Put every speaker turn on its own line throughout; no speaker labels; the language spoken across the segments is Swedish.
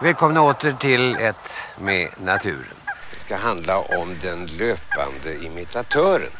Välkomna åter till ett med naturen.
Det ska handla om den löpande imitatören.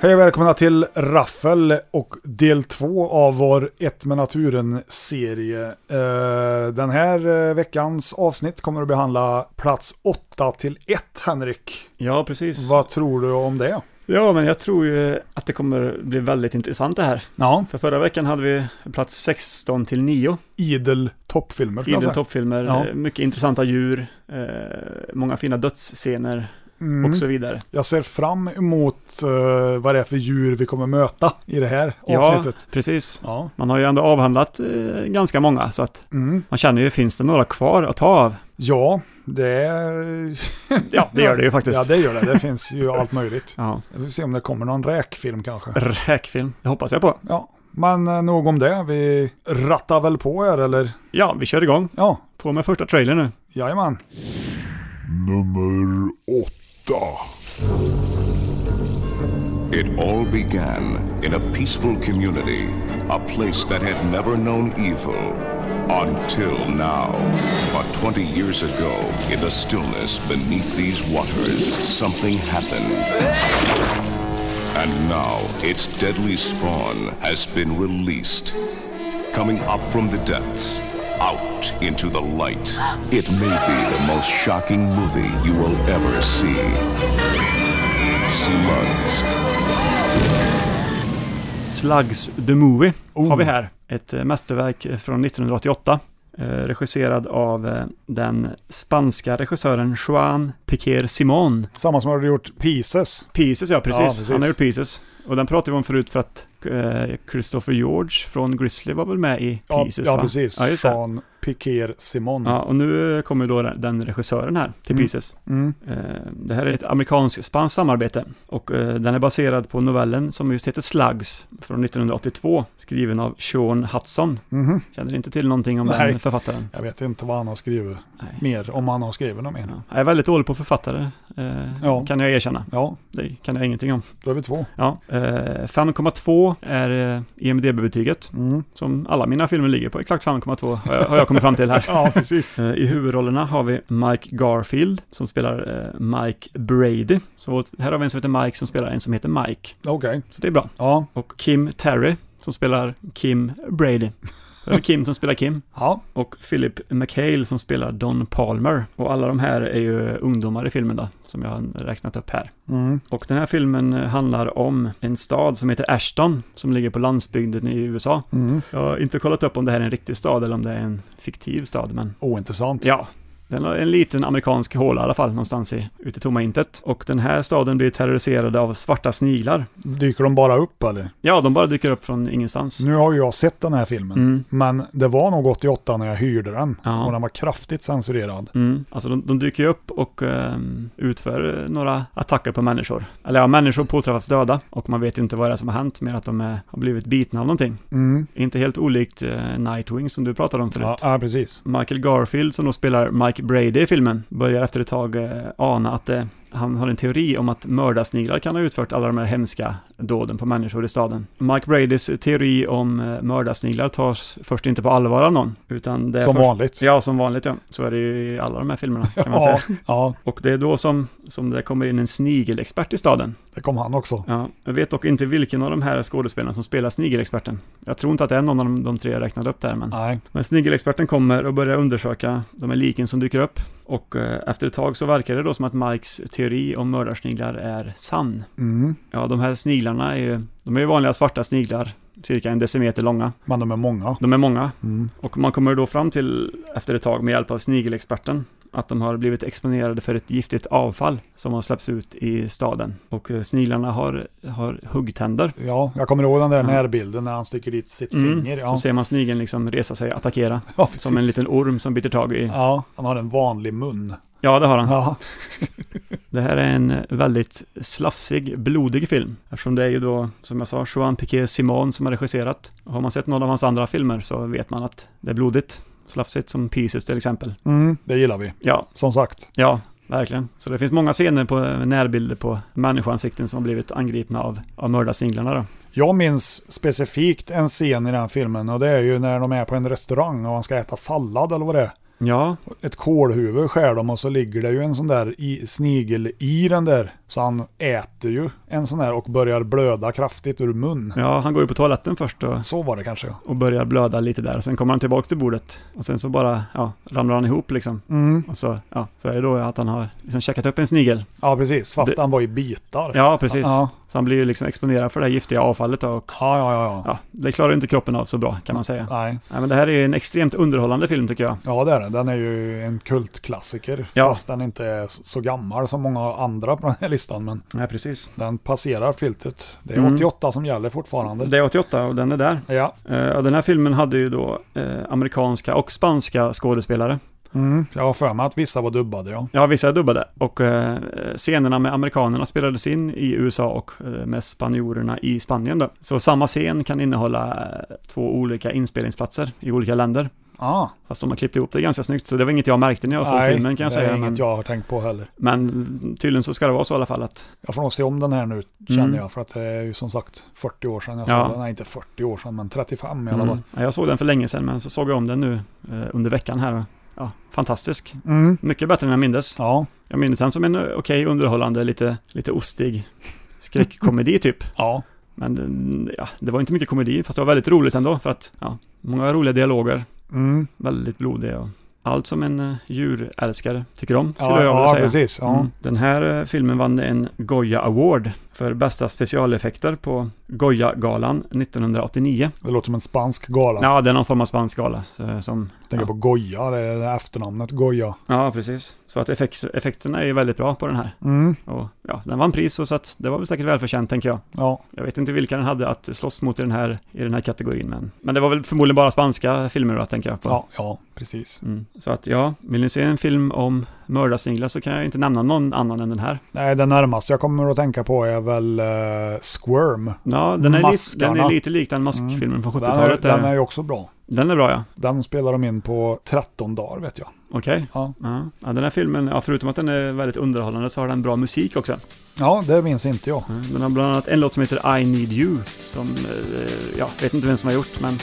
Hej och välkomna till Raffel och del två av vår Ett med naturen-serie. Eh, Den här eh, veckans avsnitt kommer att behandla plats 8 till 1, Henrik.
Ja, precis.
Vad tror du om det?
Ja, men jag tror ju att det kommer bli väldigt intressant det här.
Ja,
För förra veckan hade vi plats 16 till 9.
idel toppfilmer. får jag
Idel
säga.
toppfilmer,
Ja.
eh, mycket intressanta djur, eh, många fina dödsscener
Mm.
och så vidare.
Jag ser fram emot eh, vad det är för djur vi kommer möta i det här avsnittet.
Ja, precis.
Ja.
Man har ju ändå avhandlat eh, ganska många, så att
Mm.
man känner ju, finns det några kvar att ta av?
ja, det... är-
Ja, det gör det ju faktiskt.
Ja, det gör det. Det finns ju allt möjligt.
Ja.
Vi får se om det kommer någon räkfilm kanske.
Räkfilm, det hoppas jag på.
Ja, men eh, nog om det. Vi rattar väl på er eller?
Ja, vi kör igång.
Ja,
På med första trailern nu.
jajamän.
Nummer åtta.
It all began in a peaceful community, a place that had never known evil until now. But 20 years ago, in the stillness beneath these waters, something happened. And now, its deadly spawn has been released. Coming up from the depths, out into the light, it may be the most shocking movie you will ever see. Slugs.
Slugs the Movie har
Oh.
vi här. Ett eh, mästerverk eh, från 1988. eh, Regisserad av eh, den spanska regissören Juan Piquer Simon.
Samma som har gjort Pieces.
Pieces ja, precis.
Ja, precis.
Han har gjort Pieces. Och den pratade vi om förut för att eh, Christopher George från Grizzly var väl med i
Ja,
Pieces
ja
va?
precis.
Ja, just det.
Sean Piquer Simon.
Ja, och nu eh, kommer då den- den regissören här till
Mm.
Pieces.
Mm.
Eh, Det här är ett amerikansk-spanskt samarbete och eh, den är baserad på novellen som just heter Slugs från 1982, skriven av Sean Hudson.
Mhm.
Känner inte till någonting om
Nej.
den författaren.
Jag vet inte vad han har skrivit
Nej.
mer, om han har skrivit något mer.
Ja. Jag är väldigt dålig på författare, eh,
Ja.
kan jag erkänna.
Ja,
Det kan jag ingenting om.
då är vi två.
Ja. Eh, 5,2 är eh, IMDB-betyget,
Mm.
som alla mina filmer ligger på. Exakt 5,2 har jag- har jag kommit fram till här.
Ja, precis.
Eh, I huvudrollerna har vi Mike Garfield som spelar eh, Mike Brady. Så här har vi en som heter Mike som spelar en som heter Mike.
Okej.
Så det är bra.
Ja.
Och Kim Terry som spelar Kim Brady. Så det är Kim som spelar Kim.
ja,
Och Philip McHale som spelar Don Palmer. Och alla de här är ju ungdomar i filmen då, som jag har räknat upp här.
mm.
Och den här filmen eh, handlar om en stad som heter Ashton, som ligger på landsbygden i USA.
Mm.
Jag har inte kollat upp om det här är en riktig stad eller om det är en fiktiv stad, men
ointressant.
Ja. Den har en liten amerikansk håla i alla fall, någonstans i, ute i tomma intet. Och den här staden blir terroriserad av svarta sniglar.
Dyker de bara upp eller?
Ja, de bara dyker upp från ingenstans.
Nu har ju jag sett den här filmen,
Mm.
men det var nog 88 när jag hyrde den.
Ja.
Och den var kraftigt censurerad.
Mm. Alltså de, de dyker ju upp och ehm, utför eh, några attacker på människor. Eller ja, människor påträffas döda och man vet ju inte vad det är som har hänt mer att de är, har blivit bitna av någonting.
Mm.
Inte helt olikt eh, Nightwing som du pratade om förut.
Ja, ja, precis.
Michael Garfield som då spelar Mike Brady i filmen börjar efter ett tag eh, ana att eh, han har en teori om att mördarsniglar kan ha utfört alla de här hemska dåden på människor i staden. Mike Bradys teori om eh, mördarsniglar tas först inte på allvar av någon, utan det är
Som
först...
vanligt.
Ja, som vanligt ja. Så är det ju i alla de här filmerna kan man
Ja,
säga.
ja,
Och det är då som, som det kommer in en snigelexpert i staden.
det kom han också.
Ja, jag vet dock inte vilken av de här skådespelarna som spelar snigelexperten. Jag tror inte att det är någon av de, de tre jag räknade upp där, men...
Nej.
Men snigelexperten kommer och börjar undersöka de här liken som dyker upp. Och eh, efter ett tag så verkar det då som att Mikes teori om mördarsniglar är sann.
Mm.
Ja, de här sniglarna är ju, de är ju vanliga svarta sniglar, cirka en decimeter långa.
Men de är många.
De är många.
Mm.
Och man kommer då fram till, efter ett tag med hjälp av snigelexperten, att de har blivit exponerade för ett giftigt avfall som har släppts ut i staden. Och eh, sniglarna har, har huggtänder.
Ja, jag kommer ihåg den där
Ja.
närbilden när han sticker dit sitt finger. Ja.
Mm. Så ser man snigeln liksom resa sig och attackera.
ja, precis.
Som en liten orm som biter tag i...
Ja, han har en vanlig mun.
Ja, det har han.
Ja,
Det här är en väldigt slafsig, blodig film. Eftersom det är ju då, som jag sa, Joan Piqué Simon som har regisserat. Har man sett någon av hans andra filmer så vet man att det är blodigt. Slafsigt som Pieces till exempel.
mm, det gillar vi.
Ja,
Som sagt.
ja, verkligen. Så det finns många scener på närbilder på människoansikten som har blivit angripna av, av mördarsinglarna då.
Jag minns specifikt en scen i den här filmen och det är ju när de är på en restaurang och han ska äta sallad eller vad det är.
Ja,
Ett kålhuvud skär de och så ligger det ju en sån där i, snigel i den där. Så han äter ju en sån där och börjar blöda kraftigt ur mun.
ja, han går ju på toaletten först och,
Så var det kanske.
och börjar blöda lite där. Sen kommer han tillbaks till bordet och sen så bara, ja, ramlar han ihop liksom.
Mm.
Och så, ja, så är det då att han har liksom käkat upp en snigel.
Ja, precis. Fast
Det-
han var i bitar.
Ja, precis.
Ja,
Så han blir ju liksom exponerad för det här giftiga avfallet då och
ja, ja. ja. ja.
ja, det klarar inte kroppen av så bra kan man säga.
Nej,
Nej, men det här är ju en extremt underhållande film tycker jag.
ja det är den. Den är ju en kultklassiker.
Ja.
Fast den inte är s- så gammal som många andra på den här listan. Men
Nej, precis.
den passerar filtret. Det
Mm.
är 88 som gäller fortfarande.
Det är 88 och den är där.
Ja,
Eh, och den här filmen hade ju då eh, amerikanska och spanska skådespelare.
mm. jag har för mig att vissa var dubbade ja.
Ja, vissa är dubbade. Och eh, scenerna med amerikanerna spelades in i USA och eh, med spanjorerna i Spanien då. Så samma scen kan innehålla eh, två olika inspelningsplatser i olika länder.
Ah,
Fast de har klippt ihop det ganska snyggt, så det var inget jag märkte när jag såg
nej,
filmen kan jag
det är
säga.
inget
men-
jag har tänkt på heller.
Men tydligen så ska det vara så i alla fall att
Jag får nog se om den här nu känner
Mm.
jag. För att det är ju som sagt 40 år sedan jag
Ja.
såg den. Nej, inte 40 år sedan men 35 i alla
mm,
fall.
ja, jag såg den för länge sedan men så såg jag om den nu eh, under veckan här. Ja, fantastisk.
Mm.
Mycket bättre än jag mindes.
Ja.
Jag minns den som en eh, okej underhållande, lite, lite ostig skräckkomedi typ.
ja,
Men eh, ja, det var inte mycket komedi fast det var väldigt roligt ändå för att ja, många roliga dialoger,
mm.
väldigt blodiga och allt som en eh, djurälskare tycker om skulle
ja,
jag vilja
ja
säga.
precis. Ja.
Mm. Den här eh, filmen vann en Goya Award för bästa specialeffekter på Goya-galan 1989.
Det låter som en spansk gala.
Ja, det är någon form av spansk gala. eh, Som,
Jag tänker på Goya, det är det här efternamnet Goya.
ja, precis. Så att effekt, effekterna är ju väldigt bra på den här.
Mm.
Och ja, den vann pris och så att det var väl säkert välförtjänt, tänker jag.
Ja,
Jag vet inte vilka den hade att slåss mot i den här, i den här kategorin, men, men det var väl förmodligen bara spanska filmer då, tänker jag på.
ja, ja, precis.
Mm. Så att ja, vill ni se en film om mördarsinglar så kan jag inte nämna någon annan än den här.
Nej, det närmaste jag kommer att tänka på är väl eh, Squirm.
Ja, den är, li-
Maskarna. Mm.
den är lite lik den maskfilmen från
Den är,
70-talet. där.
den är ju också bra.
den är bra, ja.
Den spelar de in på 13 dagar vet jag.
Okej.
Ja.
Ja. ja, den här filmen, ja, förutom att den är väldigt underhållande så har den bra musik också.
Ja, det minns inte jag.
Mm, Den har bland annat en låt som heter I Need You, som, eh, ja, vet inte vem som har gjort, men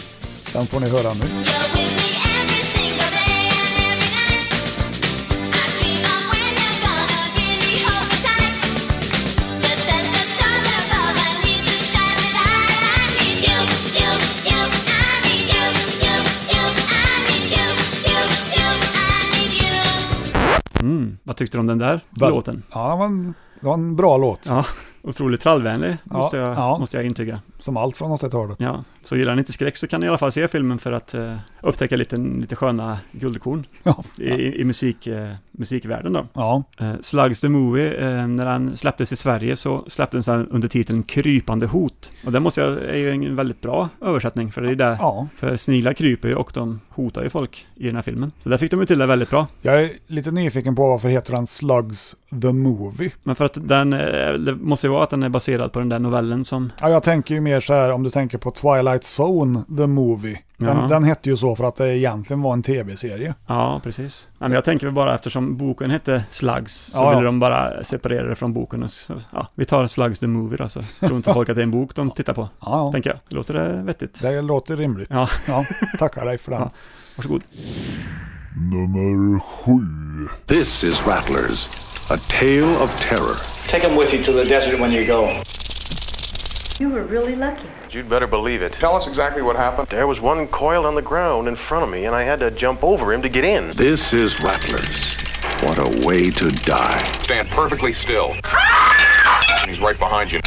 Den får ni höra nu.
You're with me every single day and every night. I dream of when you're gonna really hold me tight. Just as the stars above, I need to shine the light. I need you, you, you. I need you, you, you. I need you, you, you. I need you.
mm, vad tyckte du om den där
Väl-
låten?
Ja, det var en, det var en bra låt.
Ja, otroligt trallvänlig, måste, jag,
ja.
måste jag intyga.
Som allt från 80-talet.
Ja, så gillar ni inte skräck så kan ni i alla fall se filmen för att eh, upptäcka lite, lite sköna guldkorn
Ja.
i, i musik, eh, musikvärlden då.
Ja,
Eh, Slugs the Movie, eh, när den släpptes i Sverige så släpptes den under titeln Krypande hot. Och det måste jag, är ju en väldigt bra översättning för det är där.
ja.
För sniglar kryper ju och de hotar ju folk i den här filmen. Så där fick de ju till det väldigt bra.
Jag är lite nyfiken på varför heter den Slugs The Movie.
Men för att den, eh, det måste ju vara att den är baserad på den där novellen som...
Ja, jag tänker ju mer så här om du tänker på Twilight Zone, The Movie.
Ja.
Den, den hette ju så för att det egentligen var en tv-serie.
Ja, precis. Nej, men jag tänker väl bara eftersom boken hette Slugs så
Ja, ja.
ville de bara separera det från boken. Och, så- ja, vi tar Slugs the Movie då, så tror inte folk att det är en bok de tittar på,
Ja, ja.
tänker jag. Låter det vettigt?
det låter rimligt.
Ja.
tackar dig för den.
Ja. Varsågod.
Nummer sju.
This is Rattlers, a tale of terror.
Take them with you to the desert when you go.
You were really lucky.
You'd better believe it.
Tell us exactly what happened.
There was one coiled on the ground in front of me, and I had to jump over him to get in.
This is Rattlers. What a way to die.
Stand perfectly still. He's right behind you.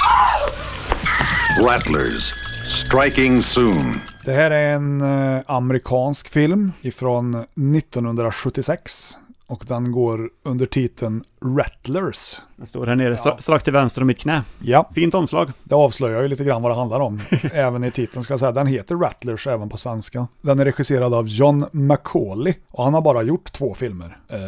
Rattlers, striking soon.
Det här är en eh, amerikansk film ifrån 1976. Och den går under titeln Rattlers.
Den står här nere, stra- strax till vänster om mitt knä.
Ja,
Fint omslag.
det avslöjar ju lite grann vad det handlar om. även i titeln ska jag säga. Den heter Rattlers även på svenska. Den är regisserad av John McCauley. Och han har bara gjort två filmer. Eh,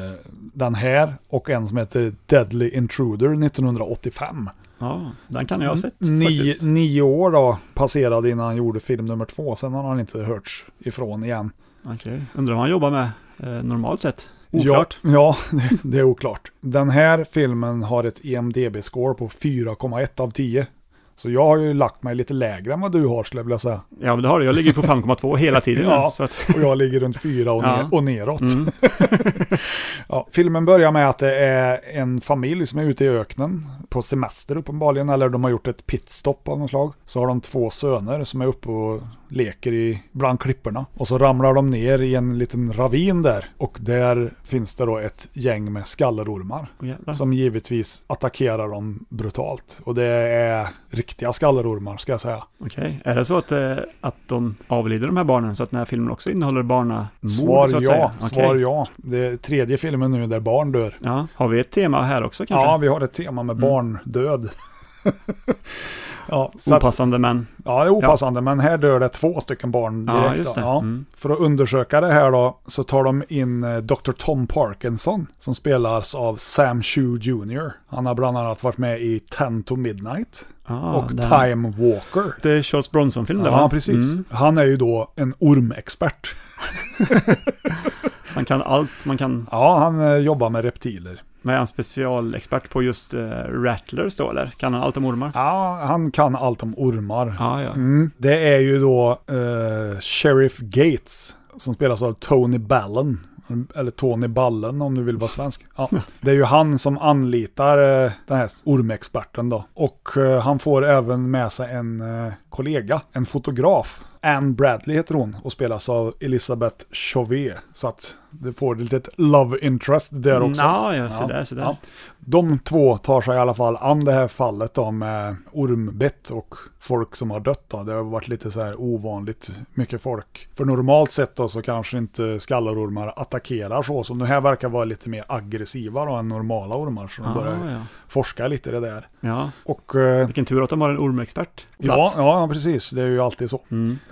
den här och en som heter Deadly Intruder 1985.
Ja, den kan jag ha sett
Nio,
faktiskt.
nio år då passerade innan han gjorde film nummer två. Sen har han inte hörts ifrån igen.
Okej. Undrar vad han jobbar med eh, normalt sett? Oklart.
Ja, ja det, det är oklart. Den här filmen har ett E EMDB-score på 4,1 av 10. Så jag har ju lagt mig lite lägre än vad du har skulle jag vilja säga.
Ja, men det har du. Jag ligger på 5,2 hela tiden
Ja.
nu. Så att,
Och jag ligger runt 4 och,
Ja. Mm.
ner, och neråt. ja, filmen börjar med att det är en familj som är ute i öknen på semester uppenbarligen. Eller de har gjort ett pitstop av något slag. Så har de två söner som är uppe och leker i, bland klipporna. Och så ramlar de ner i en liten ravin där. Och där finns det då ett gäng med skallerormar.
Åh, jävlar.
Som givetvis attackerar dem brutalt. Och det är riktiga skallerormar ska jag säga.
Okej, är det så att, eh, att de avlider de här barnen så att den här filmen också innehåller barnamord?
Svar
så att
ja,
säga? Okej.
svar ja. Det är tredje filmen nu där barn dör.
Ja, har vi ett tema här också kanske? Mm.
Ja, vi har ett tema med barndöd. ja, så att,
Opassande men.
ja, det är opassande, men här dör det två stycken barn
Ja,
direkt.
just
då.
det.
Ja.
Mm.
För att undersöka det här då, så tar de in eh, Dr. Tom Parkinson, som spelas av Sam Shue Jr. Han har bland annat varit med i 10 to Midnight
Ah,
och
den-
Time Walker.
Det är Charles Bronson-film det
Ja,
va? Mm.
precis. Han är ju då en ormexpert.
Man kan allt, man kan...
Ja, han eh, jobbar med reptiler.
Men är han specialexpert på just eh, rattlers då eller? Kan han allt om ormar?
Ja, han kan allt om ormar.
Ja, ja.
Mm. Det är ju då eh, Sheriff Gates som spelas av Tony Ballen. Eller Tony Ballen om du vill vara svensk. Ja. Det är ju han som anlitar eh, den här ormexperten då. Och eh, han får även med sig en eh, kollega, en fotograf. Anne Bradley heter hon och spelas av Elisabeth Chauvet. Så att du får ett litet love interest där också.
Ja, ja, så där, så där.
Ja. De två tar sig i alla fall an det här fallet om eh, ormbett och folk som har dött. Då. Det har varit lite så här ovanligt mycket folk. För normalt sett då så kanske inte skallerormar attackerar så. Så det här verkar vara lite mer aggressiva då än normala ormar. Så de
Ah,
börjar
ja.
forska lite i det där.
ja.
Och eh,
Vilken tur att de har en ormexpert på
Ja,
plats. Mm.
ja, precis. Det är ju alltid så.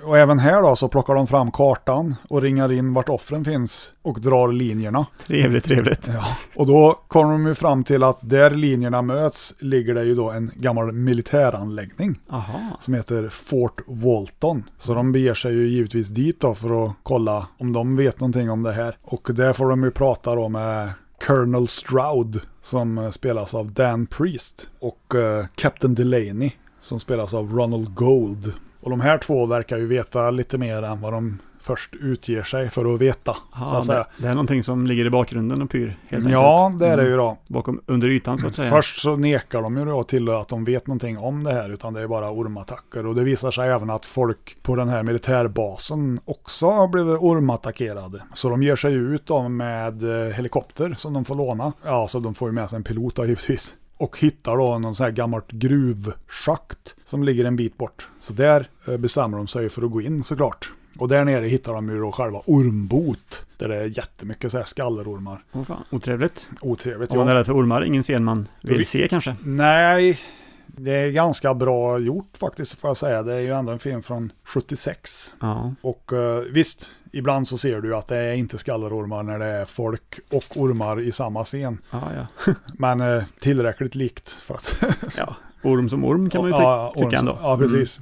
Och även här då så plockar de fram kartan och ringar in vart offren finns och drar linjerna.
Trevligt, trevligt.
Ja, och då kommer de ju fram till att där linjerna möts ligger det ju då en gammal militäranläggning
Aha.
som heter Fort Walton. Så de beger sig ju givetvis dit då för att kolla om de vet någonting om det här. Och där får de ju prata då med Colonel Stroud som eh, spelas av Dan Priest och eh, Captain Delaney som spelas av Ronald Gold. Och de här två verkar ju veta lite mer än vad de först utger sig för att veta. så
Ah,
att säga.
det, det är någonting som ligger i bakgrunden och pyr helt
Ja,
enkelt. Mm.
det är det ju då.
Bakom, under ytan så att säga.
Först så nekar de ju då till att de vet någonting om det här, utan det är bara ormattacker. Och det visar sig även att folk på den här militärbasen också har blivit ormattackerade. Så de ger sig ut då med eh, helikopter som de får låna. Ja, så de får ju med sig en pilot då givetvis. Och hittar då någon sån här gammalt gruvschakt som ligger en bit bort. Så där eh, bestämmer de sig för att gå in såklart. Och där nere hittar de ju då själva ormbot. Där det är jättemycket så här skallerormar.
Åh fan, otrevligt.
Otrevligt.
Om man
ja.
är rädd för ormar, ingen scen man
Vi-
vill se kanske.
Nej, Det är ganska bra gjort faktiskt får jag säga. Det är ju ändå en film från 76.
Ja.
Och eh, visst, ibland så ser du ju att det är inte skallerormar när det är folk och ormar i samma scen.
Ja, ja.
Men eh, tillräckligt likt för att...
ja. Orm som orm kan man ju ty-
orm-
tycka ändå. Mm.
Ja, precis.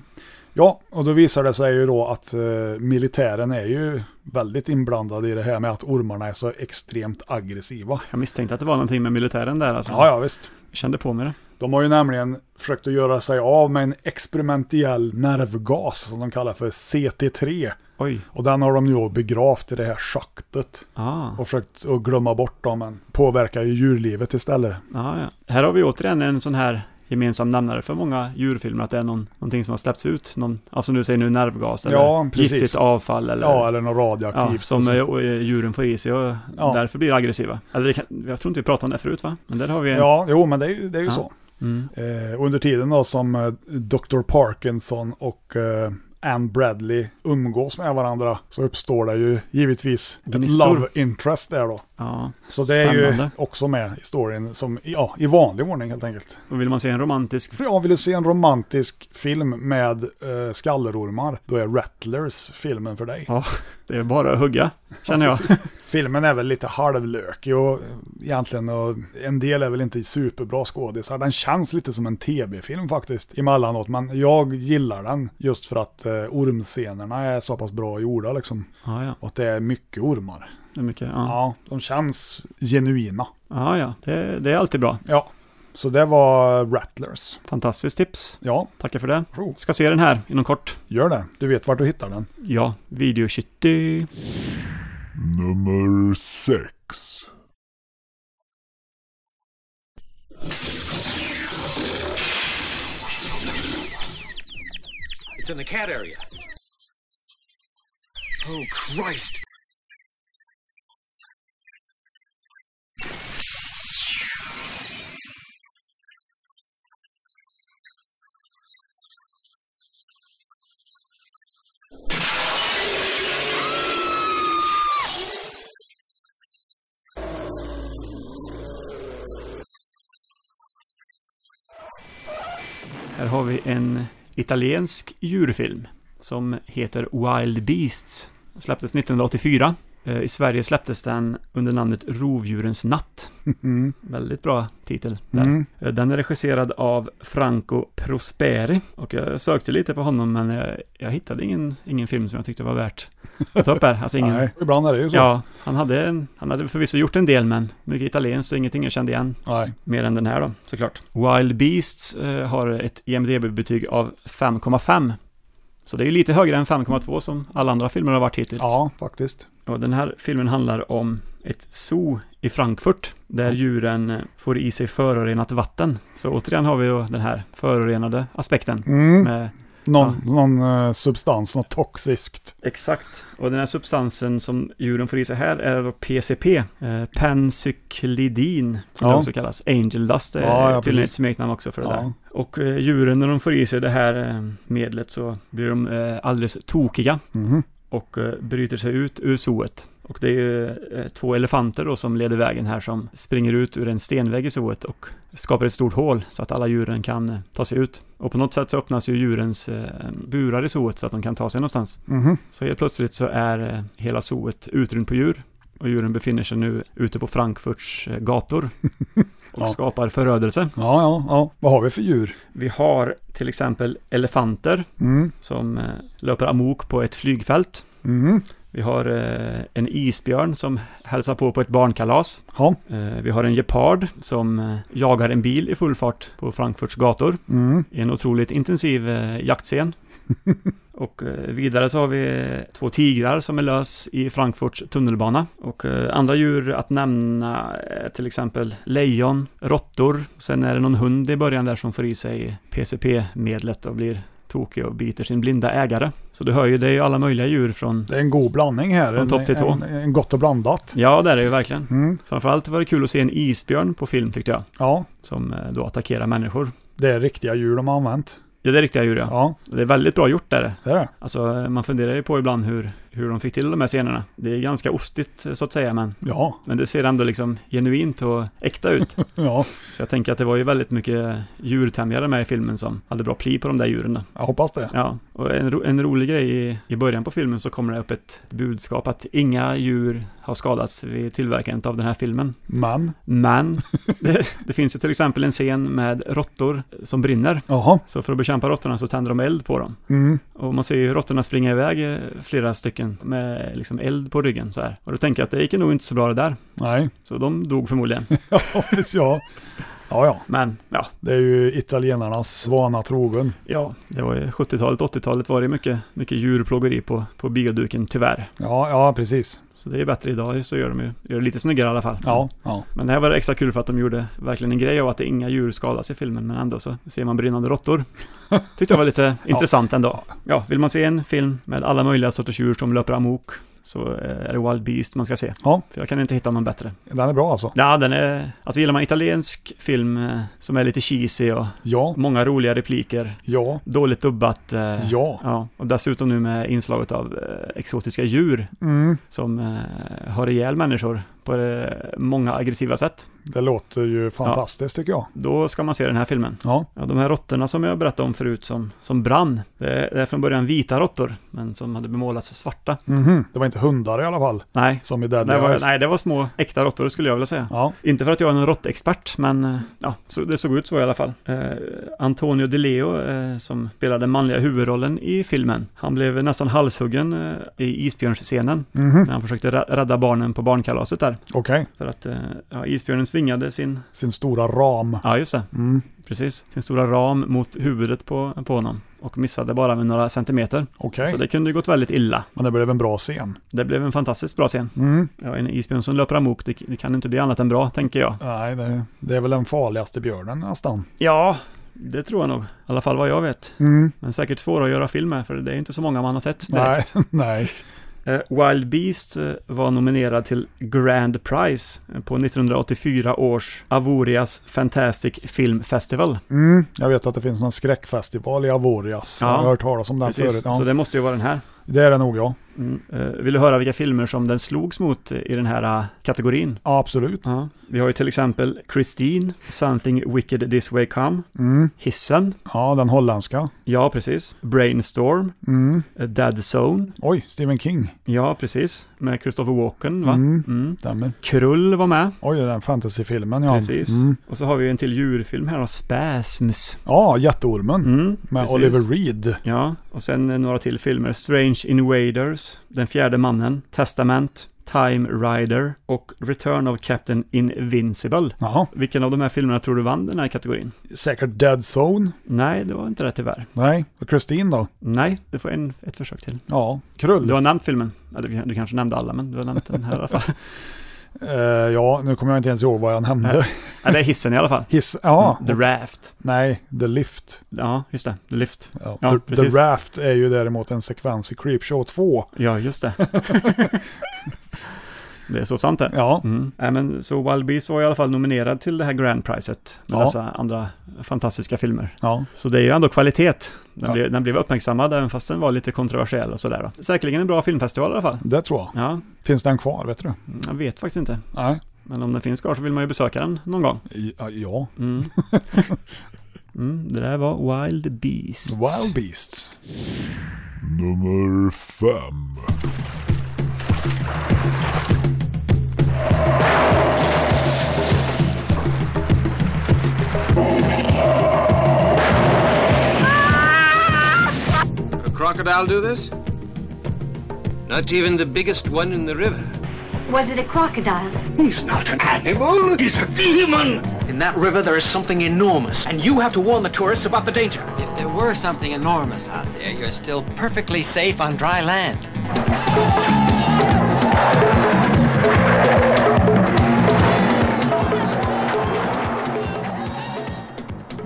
Ja, och då visar det sig ju då att eh, militären är ju väldigt inblandad i det här med att ormarna är så extremt aggressiva.
Jag misstänkte att det var någonting med militären där alltså.
Ja, ja visst.
Kände på mig det.
De har ju nämligen försökt att göra sig av med en experimentell nervgas som de kallar för CT3.
Oj.
Och den har de nu begravt i det här schaktet
Ah,
och försökt att glömma bort dem, men påverkar ju djurlivet istället.
ja, ja. Här har vi återigen en sån här gemensam nämnare för många djurfilmer, att det är någon, någonting som har släppts ut. Någon, ja, som du säger nu, nervgas eller
Ja, precis.
giftigt avfall eller,
Ja, eller något
ja,
radioaktivt.
som eh, och, eh, djuren får i sig och
Ja.
därför blir aggressiva. Eller det kan, jag tror inte vi pratade om det förut va? Men där har vi en...
Ja, jo, men det är ju, det är ju
Ja.
så.
Mm.
Eh, och under tiden då som eh, Dr. Parkinson och eh, Anne Bradley umgås med varandra så uppstår det ju givetvis ett
Gnistor.
love interest där då.
ja.
Så det är ju
Spännande.
också med i storyn som, ja, i vanlig ordning helt enkelt.
Och vill man se en romantisk...
För jag vill ju se en romantisk film med eh, skallerormar, då är Rattlers filmen för dig.
Ja, det är bara att hugga, känner jag.
Filmen är väl lite halvlökig och eh, egentligen och en del är väl inte superbra skådisar. Den känns lite som en tv-film faktiskt emellanåt, men jag gillar den just för att eh, ormscenerna är så pass bra gjorda liksom.
Ja, ja.
Och att det är mycket ormar.
Det är mycket, ja.
Ja, de känns genuina.
Ja, ja. Det, det är alltid bra.
Ja, så det var Rattlers.
Fantastiskt tips.
Ja,
Tackar för det.
Pro.
Ska se den här inom kort.
gör det. Du vet vart du hittar den.
Ja, Video City.
Nummer sex.
It's in the cat area.
Oh, Christ!
Här har vi en italiensk djurfilm som heter Wild Beasts. Den släpptes 1984. Eh, I Sverige släpptes den under namnet Rovdjurens natt. Väldigt bra titel där. Eh, Den är regisserad av Franco Prosperi och jag sökte lite på honom men jag, jag hittade ingen, ingen film som jag tyckte var värt att ta upp här. Alltså ingen,
Nej, ibland är det ju så.
Ja, han hade, en, han hade förvisso gjort en del, men mycket italienskt och ingenting jag kände igen.
Nej.
Mer än den här då, såklart. Wild Beasts eh, har ett IMDB-betyg av 5,5. Så det är ju lite högre än 5,2 som alla andra filmer har varit hittills.
Ja, faktiskt.
Och den här filmen handlar om ett zoo i Frankfurt, där djuren eh, får i sig förorenat vatten. Så återigen har vi då den här förorenade aspekten.
Mm.
Med
Någon, någon eh, substans, något toxiskt.
Exakt. Och den här substansen som djuren får i sig här är då PCP, eh, pencyklidin, som
Ja.
det också kallas. Angel dust är
Ja, ja,
tydligen
precis.
ett smeknamn också för det
Ja.
där. Och eh, djuren när de får i sig det här eh, medlet så blir de eh, alldeles tokiga
Mhm.
och eh, bryter sig ut ur zooet. Och det är ju eh, två elefanter då som leder vägen här som springer ut ur en stenvägg i zooet och skapar ett stort hål så att alla djuren kan eh, ta sig ut. Och på något sätt så öppnas ju djurens eh, burar i zooet så att de kan ta sig någonstans.
Mhm.
Så helt plötsligt så är eh, hela zooet utrymt på djur och djuren befinner sig nu ute på Frankfurts eh, gator och
Ja.
skapar förödelse.
Ja, ja, ja. Vad har vi för djur?
Vi har till exempel elefanter
Mm.
som eh, löper amok på ett flygfält.
Mm.
Vi har eh, en isbjörn som hälsar på på ett barnkalas.
Ja.
Eh, Vi har en gepard som eh, jagar en bil i full fart på Frankfurts gator
Mm.
i en otroligt intensiv eh, jaktscen. och eh, vidare så har vi eh, två tigrar som är lös i Frankfurts tunnelbana. Och eh, andra djur att nämna är till exempel lejon, råttor. Sen är det någon hund i början där som får i sig PCP-medlet och blir tokig och biter sin blinda ägare. Så du hör ju, det är ju alla möjliga djur från...
Det är en god blandning här.
Från
En-
topp till tå.
En, en gott och blandat.
Ja, det är det ju verkligen.
Mm.
Framförallt var det kul att se en isbjörn på film tyckte jag,
Ja,
som eh, då attackerar människor.
det är riktiga djur de har använt.
Ja, det är riktiga djur ja.
Ja,
Det är väldigt bra gjort där.
det är det.
Alltså man funderar ju på ibland hur, hur de fick till de här scenerna. Det är ganska ostigt eh, så att säga, men,
Ja,
men det ser ändå liksom genuint och äkta ut.
ja.
Så jag tänker att det var ju väldigt mycket djurtämjare med i filmen som hade bra pli på de där djuren. då.
Jag hoppas det.
Ja, och en, ro, en rolig grej i, i början på filmen så kommer det upp ett budskap att inga djur har skadats vid tillverkandet av den här filmen.
Man.
Men det, det finns ju till exempel en scen med råttor som brinner.
Jaha.
Så för att bekämpa råttorna så tänder de eld på dem.
Mm.
Och man ser ju råttorna springa iväg eh, flera stycken med liksom eld på ryggen så här. Och då tänker jag att det gick ju nog inte så bra det där.
Nej.
Så de dog förmodligen.
ja, visst, ja. Ja, ja.
Men ja,
Det är ju italienarnas vana trogen.
ja det var ju 70-talet, 80-talet var det mycket, mycket djurplågeri på, på bioduken tyvärr.
Ja, ja, precis.
Så det är bättre idag, så gör de ju gör det lite snyggare i alla fall.
Ja, ja.
Men det här var det extra kul för att de gjorde verkligen en grej av att det är inga djur skadas i filmen, men ändå så ser man brinnande råttor. Tyckte jag var lite intressant ändå. Ja, vill man se en film med alla möjliga sorters djur som löper amok så eh, är det Wild Beast man ska se.
Ja.
För jag kan inte hitta någon bättre.
Den är bra alltså.
Ja, den är... Alltså gillar man italiensk film eh, som är lite cheesy och
Ja,
många roliga repliker,
ja,
dåligt dubbat. eh,
ja.
Ja, och dessutom nu med inslaget av eh, exotiska djur
Mm.
som eh, har ihjäl människor på eh, många aggressiva sätt.
Det låter ju fantastiskt tycker jag.
Då ska man se den här filmen.
Ja,
Ja, de här råttorna som jag berättade om förut som, som brann, det är, det är från början vita råttor, men som hade bemålats svarta.
mhm. Det var inte hundar i alla fall,
Nej,
som i Deadly
det var,
Eyes.
nej, det var små äkta råttor skulle jag vilja säga.
Ja,
Inte för att jag är någon råttexpert, men eh, ja, så det såg ut så i alla fall. Eh, Antonio De Leo, eh, som spelade den manliga huvudrollen i filmen, han blev nästan halshuggen eh, i isbjörnsscenen
mhm.
när han försökte rä- rädda barnen på barnkalaset där.
Okej.
För att eh, ja, isbjörnen svingade sin,
Sin stora ram.
ja just det,
Mm.
precis, sin stora ram mot huvudet på, på honom och missade bara med några centimeter.
Okej,
Så det kunde ju gått väldigt illa.
men det blev en bra scen.
Det blev en fantastiskt bra scen.
Mm.
Ja, en isbjörn som löper amok, det, det kan inte bli annat än bra, tänker jag.
Nej, det, det är väl den farligaste björnen nästan.
Ja, det tror jag nog. I alla fall vad jag vet.
Mm.
Men säkert svåra att göra film med, för det är inte så många man har sett direkt.
Nej, nej.
Eh, Wild Beast eh, var nominerad till Grand Prize eh, på 1984 års Avorias Fantastic Film Festival.
Mm. Jag vet att det finns någon skräckfestival i Avorias.
Ja.
Jag har hört talas om den
Precis,
förut. Ja.
så
Det...
det måste ju vara den här.
är det nog ja.
Mm. Eh, Vill du höra vilka filmer som den slogs mot eh, i den här eh, kategorin?
ja absolut.
Ja. Vi har ju till exempel Christine, Something Wicked This Way Come,
Mm.
Hissen,
Ja, den holländska.
ja precis, Brainstorm,
Mm.
eh, Dead Zone,
Oj, Stephen King.
ja precis, med Christopher Walken va?
Mm.
Mm.
Stämmer.
Krull var med.
Oj, den fantasyfilmen ja.
Precis.
Mm.
Och så har vi en till djurfilm här då, Spasms.
Ja, Jätteormen.
Mm,
Med
precis.
Oliver Reed.
Ja, och sen eh, några till filmer. Strange Invaders, Den fjärde mannen, Testament, Time Rider och Return of Captain Invincible.
Jaha.
Vilken av de här filmerna tror du vann den här kategorin?
Säkert Dead Zone.
Nej, det var inte det tyvärr.
Nej. Och Christine då?
Nej, du får en, ett försök till.
Ja. Krull.
Du har nämnt filmen. Ja, du, du kanske nämnde alla, men du har nämnt den här i alla fall.
Eh, ja, nu kommer jag inte ens ihåg vad jag nämnde.
Ja, det är hissen i alla fall.
Hiss. Ja.
Mm, The Raft.
Nej, The Lift.
Ja, just det. The Lift.
Ja,
Ja,
The, The
precis.
Raft är ju däremot en sekvens i Creepshow 2.
Ja, just det. det är så sant det.
Ja.
Mm. Nej, men, så Wild Beast var i alla fall nominerad till det här Grand Priset med
Ja.
dessa andra fantastiska filmer.
Ja.
Så det är ju ändå kvalitet. Den,
Ja.
blev, den blev uppmärksammad även fast den var lite kontroversiell och sådär. då. Säkerligen en bra filmfestival i alla fall.
Det tror jag.
Ja,
Finns den kvar, vet du?
jag vet faktiskt inte.
Nej.
Men om den finns kvar så vill man ju besöka den någon gång.
Ja, Ja.
Mm. Mm, det där var Wild Beast.
Wild Beasts.
Nummer fem.
A crocodile do this? Not even the biggest one in the river.
Was it a crocodile?
He's not an animal, he's a demon! In that river, there is something enormous, and you have to warn the tourists about the danger. If there were something enormous out there, you're still perfectly safe on dry land.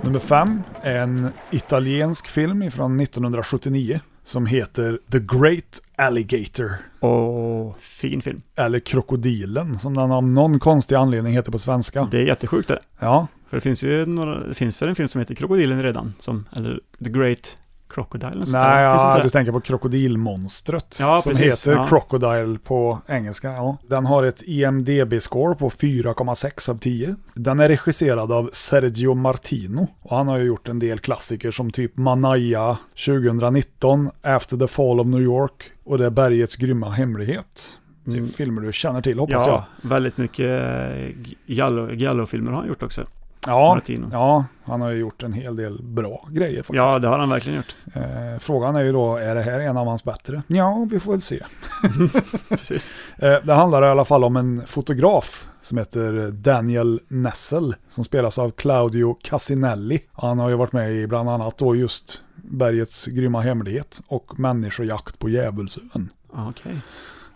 Nummer fem är en italiensk film från 1979 som heter The Great Alligator.
Och fin film.
Eller Krokodilen, som den av någon konstig anledning heter på svenska.
Det är jättesjukt det.
Ja,
För det finns ju några, det finns väl en film som heter Krokodilen redan, som, eller The Great Crocodiles?
Nej,
Finns
ja,
inte
du
det?
tänker på krokodilmonstret.
Ja,
som
precis,
heter
ja.
Crocodile på engelska. Ja. Den har ett E IMDB-score på 4,6 av 10. Den är regisserad av Sergio Martino. Och han har ju gjort en del klassiker som typ Manaya 2019, After the Fall of New York och Det är bergets grymma hemlighet. Det är
Mm.
filmer du känner till hoppas jag.
Ja, väldigt mycket eh, giallo- giallo-filmer har han gjort också.
Ja,
Martino.
ja, han har ju gjort en hel del bra grejer faktiskt.
Ja, det har han verkligen gjort.
Eh, frågan är ju då, är det här en av hans bättre? Ja, vi får väl se.
Precis.
Eh, Det handlar i alla fall om en fotograf som heter Daniel Nessel som spelas av Claudio Casinelli. Han har ju varit med i bland annat då just Bergets grymma hemlighet och Människojakt på Djävulsön.
Ja, Okej.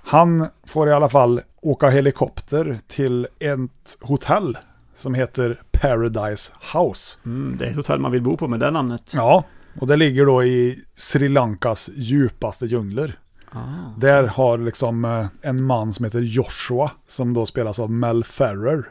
Han får i alla fall åka helikopter till ett hotell som heter Paradise House.
Mm, det är ett hotell man vill bo på med det namnet.
Ja, och det ligger då i Sri Lankas djupaste djungler.
Ah.
Där har liksom eh, en man som heter Joshua, som då spelas av Mel Ferrer.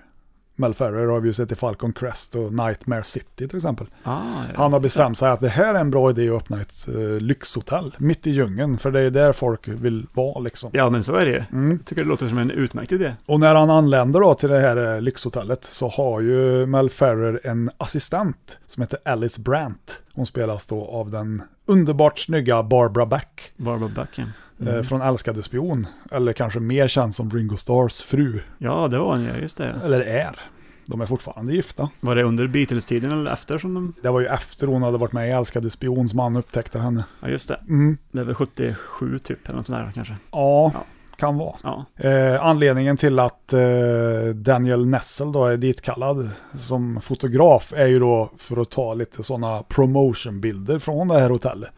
Mel Ferrer har vi ju sett i Falcon Crest och Nightmare City till exempel.
Ah, ja.
Han har bestämt sig att det här är en bra idé att öppna ett eh, lyxhotell mitt i djungeln, för det är där folk vill vara liksom.
ja, men så är det ju. Jag tycker det låter som en utmärkt idé.
Och när han anländer då till det här eh, lyxhotellet så har ju Mel Ferrer en assistent som heter Alice Brandt. Hon spelas då av den underbart snygga Barbara Beck.
Barbara Buckham.
eh, Från Älskade Spion, eller kanske mer känd som Ringo Starrs fru.
Ja, det var han ju. Just det.
Eller är. De är fortfarande gifta.
Var det under Beatles-tiden eller efter som de...
Det var ju efter hon hade varit med i Älskade spion som han upptäckte henne.
Ja, just det.
Mm.
Det är väl 77 typ, eller något sånt där kanske.
Ja,
Ja.
kan vara.
Ja.
Eh, anledningen till att eh, Daniel Nessel då är ditkallad som fotograf är ju då för att ta lite sådana promotionbilder från det här hotellet.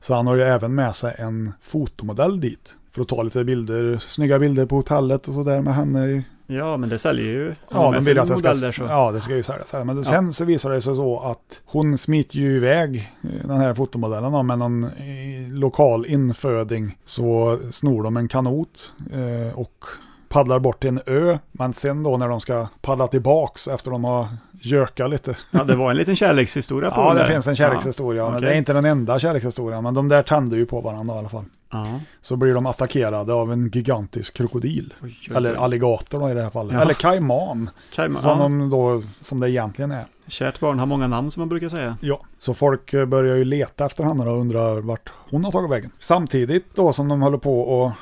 Så han har ju även med sig en fotomodell dit för att ta lite bilder, snygga bilder på hotellet och sådär med henne i
Ja, men det säljer ju. Har
Ja,
med
de
sig
vill att
en
jag ska,
modell där, så.
ja, det ska ju säljas här. Men sen så visar det sig så att hon smiter ju iväg eh, den här fotomodellen då, med någon eh, lokal inföding. Så snor de en kanot eh, och paddlar bort till en ö. Men sen då när de ska paddla tillbaks efter de har gökat lite.
Ja, det var en liten kärlekshistoria på
Ja,
den
det
där.
finns en kärlekshistoria.
Ja,
Men
okej.
det är inte den enda kärlekshistorien. Men de där tänder ju på varandra i alla fall.
Ja.
Så blir de attackerade av en gigantisk krokodil.
Oj, oj, oj.
Eller alligator då i det här fallet.
Ja.
Eller kajman.
Kajma-
Som,
ja.
de då, som det egentligen är.
Kärt barn har många namn som man brukar säga.
Ja, så folk eh, börjar ju leta efter henne och undrar vart hon har tagit vägen. Samtidigt då som de håller på och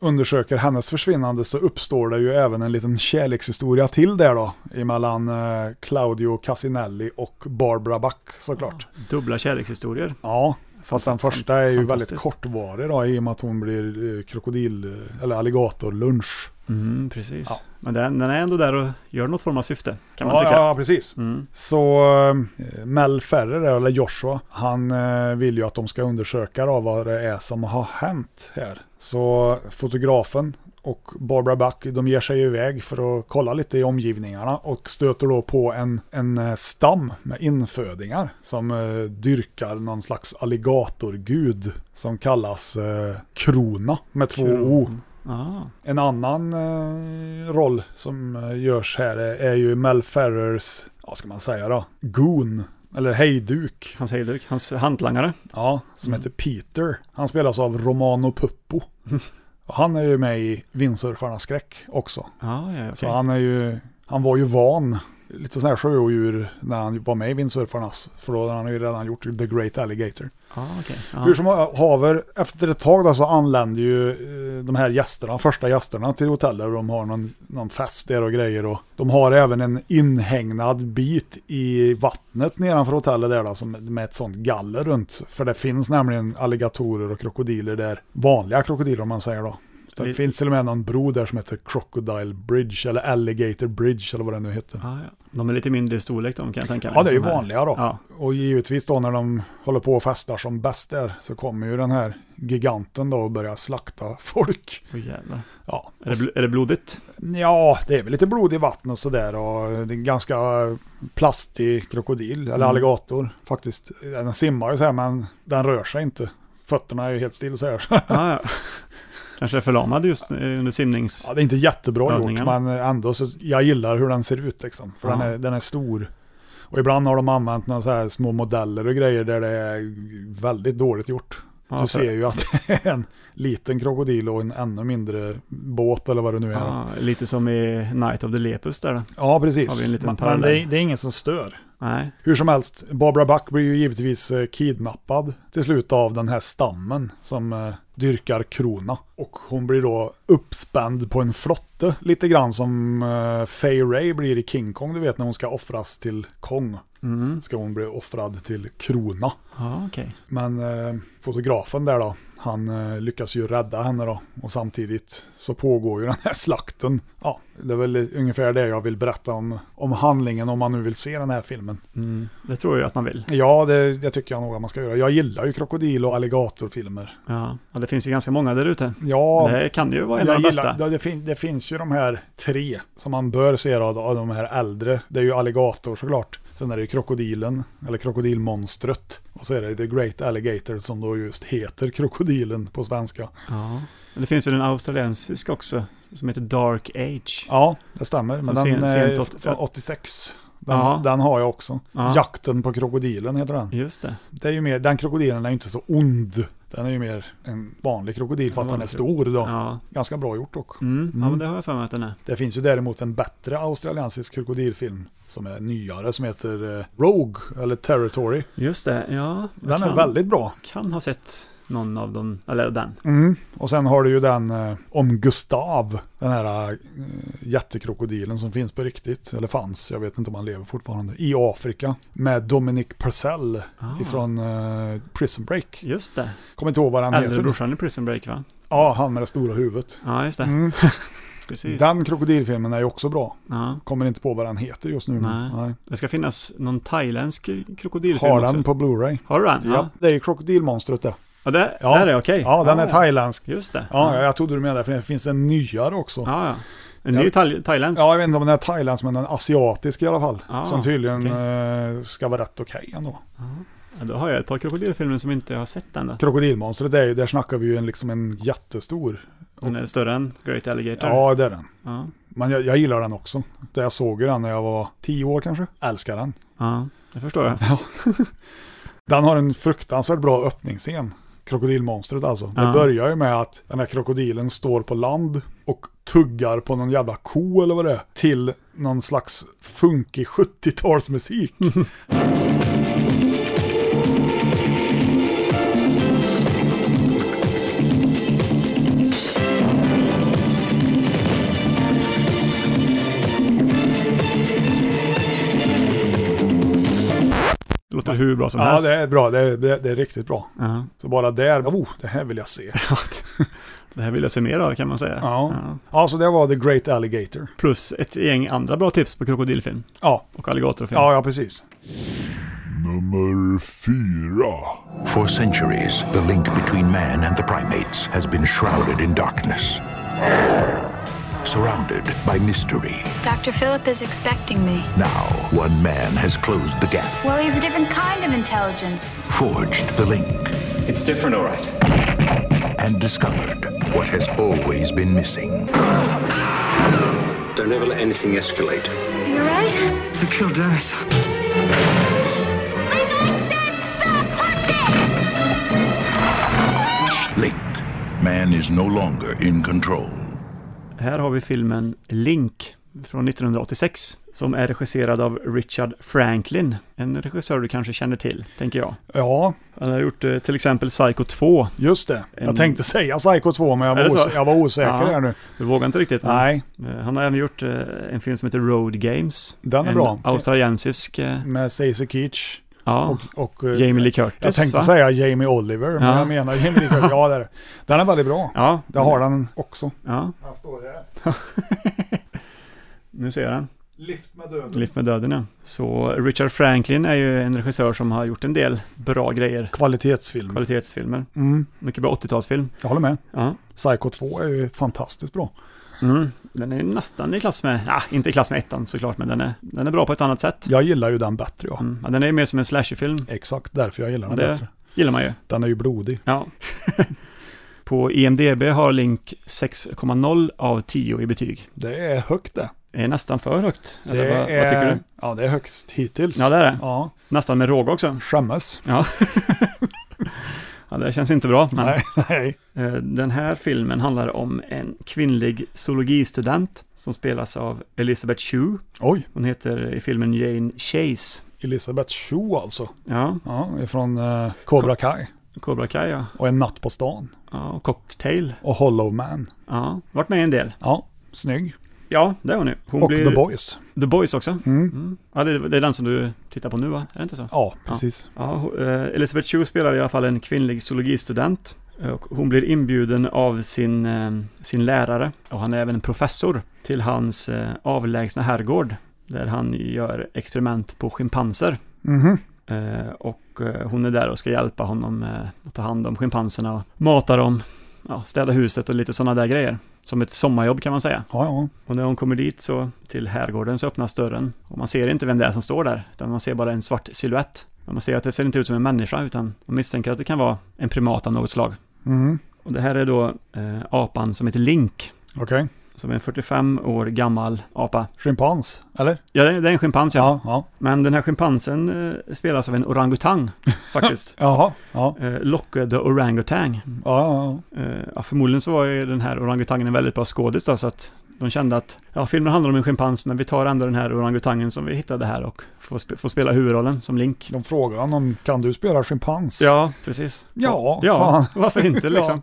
undersöker hennes försvinnande så uppstår det ju även en liten kärlekshistoria till där då. Emellan eh, Claudio Casinelli och Barbara Buck såklart.
Dubbla kärlekshistorier.
Ja, fast den första är ju väldigt
Fantastiskt.
kortvarig då i och med att hon blir eh, krokodil eller alligatorlunch.
Mm, precis.
Ja.
Men den, den är ändå där och gör något form av syfte, kan man
Ja,
tycka.
ja, precis.
Mm.
Så eh, Mel Ferrer, eller Joshua, han eh, vill ju att de ska undersöka då vad det är som har hänt här. Så fotografen och Barbara Buck, de ger sig iväg för att kolla lite i omgivningarna och stöter då på en, en eh, stam med infödingar som eh, dyrkar någon slags alligatorgud som kallas eh, Krona med två O.
Ja.
En annan eh, roll som eh, görs här är, är ju Mel Ferrers, vad ska man säga då, goon. Eller hejduk,
Hans hejduk, hans hantlangare.
ja, som heter Peter. Han spelas av Romano Puppo. Och han är ju med i Vindsurfarnas skräck också.
Ja, ja,
Så
okej.
han, är ju, han var ju van, lite sån här sjöodjur när han var med i Vindsurfarnas. För då hade han ju redan gjort The Great Alligator.
Ja, okej.
Hur
Ja.
som haver, efter ett tag då så anländer ju eh, de här gästerna, första gästerna till hotellet och de har någon, någon fest där och grejer. Och de har även en inhägnad bit i vattnet nedanför hotellet där då, som, med ett sånt galler runt. För det finns nämligen alligatorer och krokodiler där, vanliga krokodiler om man säger då. Det
Det-
finns till och med någon bro där som heter Crocodile Bridge eller Alligator Bridge eller vad det nu heter.
Ja, ja. De är lite mindre i storlek de kan jag tänka mig.
Ja, det är ju
De här.
vanliga då.
Ja.
Och givetvis då när de håller på och festar som bäst där så kommer ju den här giganten då och börjar slakta folk.
Åh, jävlar.
Ja,
Är det, bl- är det blodigt?
ja det är väl lite blod i vattnet och sådär och det är en ganska plastig krokodil, eller alligator faktiskt. Den simmar ju så här men den rör sig inte. Fötterna är ju helt still så här.
Ja, ja. Kanske är förlamad just eh, under simnings...
Ja, det är inte jättebra gjort
Övningen.
men ändå så jag gillar hur den ser ut liksom. För
Ja.
den är, den är stor. Och Och ibland har de använt några så här små modeller och grejer där det är väldigt dåligt gjort.
Ja,
du
så-
ser ju att det är en liten krokodil och en ännu mindre båt eller vad det nu är.
Ja, lite som i Night of the Lepus där. då.
Ja, precis.
Har vi en liten
Men- men
parallell.
det, är- det är ingen som stör.
Nej.
Hur som helst, Barbara Buck blir ju givetvis eh, kidnappad till slut av den här stammen som eh, dyrkar krona. Och hon blir då uppspänd på en flotte, lite grann som eh, Fay Ray blir i King Kong, du vet när hon ska offras till Kong.
Mm.
Ska hon bli offrad till krona.
Ja, okej.
Men eh, fotografen där då, han eh, lyckas ju rädda henne då. Och samtidigt så pågår ju den här slakten. Ja, det är väl ungefär det jag vill berätta om, om handlingen om man nu vill se den här filmen.
Mm. Det tror jag att man vill.
Ja, det, det tycker jag nog att man ska göra. Jag gillar ju krokodil och alligatorfilmer.
Ja. ja, det finns ju ganska många där ute.
Ja,
Det kan ju vara en av
jag
de bästa.
gillar, ja, det, fin, det finns ju de här tre som man bör se då, av de här äldre. Det är ju alligator såklart. Sen är det ju krokodilen, eller krokodilmonstret. Och så är det The Great Alligator som då just heter krokodilen på svenska.
Ja. Men det finns väl en australiensisk också som heter Dark Age.
Ja, det stämmer. Men
Från
den
sen-
är
sent åt-
från 86. Den,
Ja.
den har jag också.
Ja.
Jakten på krokodilen heter den.
Just det.
Det är ju mer, den krokodilen är ju inte så ond. Den är ju mer en vanlig krokodil fast den är
vanlig
stor då.
Ja.
Ganska bra gjort dock.
Mm. ja, men det har jag för mig att den är.
Det finns ju däremot en bättre australiensisk krokodilfilm som är nyare som heter eh, Rogue eller Territory.
Just det, ja. jag
Den är
kan-
väldigt bra.
Kan ha sett någon av dem, eller den.
Mm. Och sen har du ju den eh, om Gustav, den här eh, jättekrokodilen som finns på riktigt, eller fanns, jag vet inte om han lever fortfarande, i Afrika med Dominic Purcell
Ah.
ifrån eh, Prison Break.
Just det.
Kommer inte ihåg vad han
Äldre
heter.
brorsan i Prison Break va?
Ja, han med det stora huvudet.
Ja, just det.
Mm.
Precis.
Den krokodilfilmen är ju också bra.
Ja.
Kommer inte på vad den heter just nu. men-
Nej. Det ska finnas någon thailändsk krokodilfilm
Har
också.
den på Blu-ray.
Har du den?
Ja,
Ja.
det är ju krokodilmonstret det.
ja. det,
Ja.
Där är okej. Ah.
Ja, den är thailändsk.
Just det.
Ja, jag trodde du menade det, för det finns en nyare också.
ja, ja. En ny thai- thailändsk.
Ja, jag vet inte om den är thailändsk, men den är asiatisk i alla fall.
Ah,
som tydligen
okej.
eh, ska vara rätt okej ändå.
Ja, då har jag ett par krokodilfilmer som inte jag har sett än. då.
Krokodilmonstret, det är, ju- där snackar vi ju en, liksom en jättestor.
Den är större än Great Alligator.
Ja, det är den.
Ja.
Men jag, jag gillar den också. Det Jag såg ju den när jag var tio år kanske. Älskar den.
Ja, det förstår jag.
Den har en fruktansvärt bra öppningsscen. Krokodilmonstret alltså. Det
Ja.
börjar ju med att den här krokodilen står på land och tuggar på någon jävla ko eller vad det är. Till någon slags funkig 70-talsmusik.
Det låter hur bra som
Ja,
helst.
det är bra. Det är, det, är- det är riktigt bra.
Ja.
Så bara där, oh, det här vill jag se.
Det här vill jag se mer av kan man säga.
Ja. Ja, så det var The Great Alligator.
Plus ett gäng andra bra tips på krokodilfilm
Ja,
och alligatorfilm.
ja, ja precis.
Nummer fyra.
For centuries, the link between man and the primates has been shrouded in darkness, surrounded by mystery.
Dr. Philip is expecting me.
Now, one man has closed the gap,
Well, he's a different kind of intelligence.
forged the link,
It's different, all right.
and discovered what has always been missing.
Don't ever let anything escalate.
You right?
You killed Dennis.
Like I said, stop pushing!
Link. Man is no longer in control.
Här har vi filmen Link från 1986 som är regisserad av Richard Franklin. En regissör du kanske känner till, tänker jag.
Ja,
Han har gjort eh, till exempel Psycho 2.
just det. Jag
En-
tänkte säga Psycho 2, men jag var,
Mm. Är det så?
os- jag var osäker
Ja.
här nu.
Du vågar inte riktigt? men-
Nej,
Eh, Han har även gjort eh, en film som heter Road Games.
Den är
en
bra.
australiensisk... eh,
med Stacey Keach
Ja,
och... och eh,
Jamie Lee Curtis.
jag tänkte
va?
säga Jamie Oliver, men
Ja.
jag menar Jamie Lee Curtis. Ja, det är det. Den är väldigt bra.
Ja,
Det har den också.
ja.
Han står där.
Nu ser jag den.
Lift med döden.
Liv med döden, ja. Så Richard Franklin är ju en regissör som har gjort en del bra grejer.
Kvalitetsfilm.
Kvalitetsfilmer.
Mm,
Mycket bra 80-talsfilm.
jag håller med.
Ja.
Psycho 2 är ju fantastiskt bra.
Mm. Den är nästan i klass med, ja, inte i klass med ettan såklart, men den är, den är bra på ett annat sätt.
Jag gillar ju den bättre, ja.
Mm. Ja, den är ju mer som en slasherfilm.
Exakt därför jag gillar den
Det-
bättre.
Gillar man ju.
Den är ju blodig.
Ja. på IMDB har Link 6,0 av 10 i betyg.
Det är högt det.
är nästan för högt.
Det
Eller vad,
är,
vad tycker du?
Ja, det är högst hittills.
Ja, det är det.
Ja.
Nästan med råga också.
Skämmes.
Ja. ja, det känns inte bra. Men...
Nej, nej.
Eh, Den här filmen handlar om en kvinnlig zoologistudent som spelas av Elizabeth Shue.
Oj,
Hon heter i filmen Jane Chase.
Elisabeth Cho alltså.
Ja,
Ja, ifrån eh, Cobra Kai.
Cobra Kai ja.
Och En natt på stan.
ja och cocktail.
Och Hollow Man.
Ja, varit med i en del.
Ja, snygg.
Ja, det är hon nu. Hon
Och The Boys.
The Boys också. Mm. Ja, det, det är den som du tittar på nu va? Är det inte så?
Ja, precis.
Ja, ho- eh, Elisabeth Chu spelar i alla fall en kvinnlig zoologistudent. Eh, Och hon blir inbjuden av sin, eh, sin lärare, och han är även en professor, till hans eh, avlägsna herrgård. Där han gör experiment på schimpanser.
Mhm.
Eh, Och eh, hon är där och ska hjälpa honom eh, att ta hand om schimpanserna och mata dem, ja, städa huset och lite sådana där grejer. Som ett sommarjobb kan man säga.
Ja, ja.
Och när hon kommer dit så till herrgården så öppnas dörren och man ser inte vem det är som står där, utan man ser bara en svart silhuett. Men man ser att det ser inte ut som en människa, utan man misstänker att det kan vara en primat av något slag.
Mhm.
Och det här är då eh, apan som heter Link,
Okej.
som är en 45 år gammal apa.
Schimpans, eller?
Ja, det är det är en schimpans ja.
Ja, ja.
Men den här schimpansen eh, spelas av en orangutang, faktiskt.
Jaha. Ja,
Eh, Locke the Orangutang.
ja, ja.
Eh, ja, förmodligen så var ju den här orangutangen en väldigt bra skådis då, så att de kände att ja, filmen handlar om en schimpans, men vi tar ändå den här orangutangen som vi hittade här och får, sp- får spela huvudrollen som Link.
De frågar honom, kan du spela schimpans?
Ja, precis.
Ja,
ja
fan.
varför inte liksom?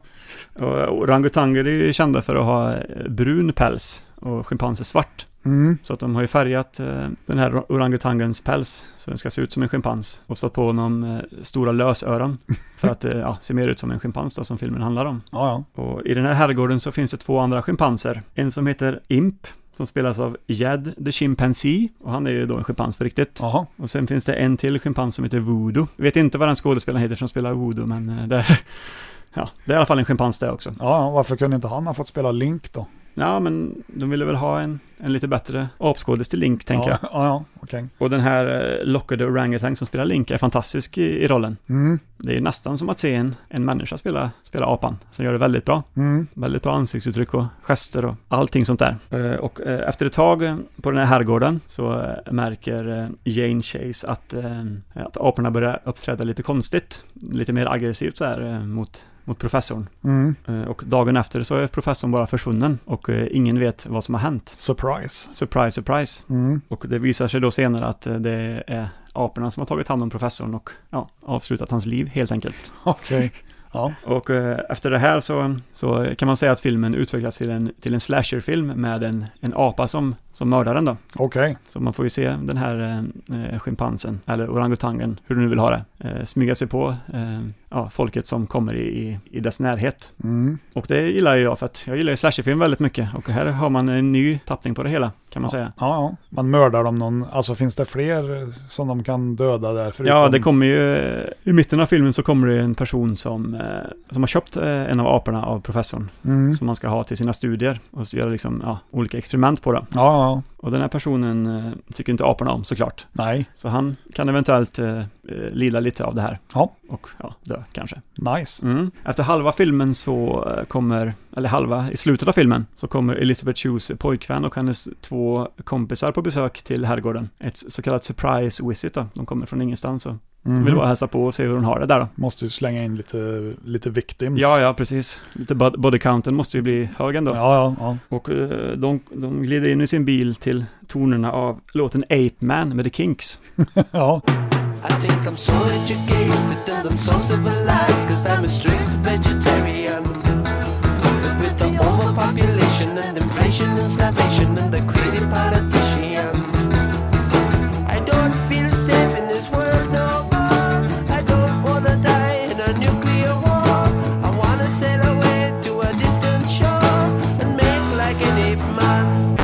Och orangutanger är ju kända för att ha eh, brun päls och schimpanser svart.
Mm.
Så att de har ju färgat eh, den här orangutangens päls så den ska se ut som en schimpans och satt på honom eh, stora lösöron för att eh, ja, se mer ut som en schimpans då, som filmen handlar om.
Ja, ja.
Och i den här herrgården så finns det två andra schimpanser. En som heter Imp, som spelas av Jed the Chimpanzee, och han är ju då en schimpans på riktigt.
Jaha.
Och sen finns det en till schimpans som heter Voodoo. Jag vet inte vad den skådespelaren heter som spelar Voodoo, men eh, det, ja, det är i alla fall en schimpans det också.
Ja, ja, varför kunde inte han ha fått spela Link då?
Ja, men de ville väl ha en, en lite bättre apskådis till Link, tänker
ja,
jag.
ja, ja, okej.
Och den här eh, lockade orangutan som spelar Link är fantastisk i, i rollen.
Mm,
Det är ju nästan som att se en, en människa spela, spela apan, som gör det väldigt bra.
mm,
Väldigt bra ansiktsuttryck och gester och allting sånt där. Eh, Och eh, efter ett tag eh, på den här herrgården så eh, märker eh, Jane Chase att, eh, att aporna börjar uppträda lite konstigt. Lite mer aggressivt så här eh, mot, mot professorn.
mm.
Eh, Och dagen efter så är professorn bara försvunnen och eh, ingen vet vad som har hänt.
Surprise.
Surprise, surprise.
Mm.
Och det visar sig då senare att eh, det är aporna som har tagit hand om professorn och ja, avslutat hans liv helt enkelt.
Okej. Ja.
Och eh, efter det här så, så kan man säga att filmen utvecklas till en, till en slasherfilm med en, en apa som, som mördaren då.
Okej.
Så man får ju se den här eh, eh, schimpansen, eller orangutangen, hur du nu vill ha det, eh, smyga sig på eh, ja, folket som kommer i, i, i dess närhet.
Mm.
Och det gillar ju jag för att jag gillar ju slasherfilm väldigt mycket och här har man en ny tappning på det hela, kan man säga.
Ja, ja. Man mördar dem någon, alltså finns det fler eh, som de kan döda där? Förutom...
Ja, det kommer ju... eh, I mitten av filmen så kommer det en person som, eh, som har köpt eh, en av aporna av professorn.
Mm.
som man ska ha till sina studier och så göra liksom, ja, olika experiment på det.
Ja, ja.
Och den här personen eh, tycker inte aporna om såklart.
Nej.
Så han kan eventuellt eh, eh, lida lite av det här.
Ja.
Och ja, dö kanske.
Nice.
Mm. Efter halva filmen så eh, kommer, eller halva, i slutet av filmen, så kommer Elizabeth Chews pojkvän och hennes två kompisar på besök till herrgården. Ett så kallat surprise visit då. De kommer från ingenstans och
Mhm.
vill bara hälsa på och se hur hon har det där då.
Måste ju slänga in lite, lite victims.
Ja, ja, precis. Lite bod- body counten måste ju bli hög ändå.
Ja, ja, ja.
Och eh, de, de glider in i sin bil till tonerna av låten Ape Man med The Kinks.
ja.
I think I'm so educated and I'm so civilized Cause I'm a strict vegetarian But with the overpopulation and inflation and starvation And the crazy politicians I don't feel safe in this world no more I don't wanna die in a nuclear war I wanna sail away to a distant shore And make like an ape man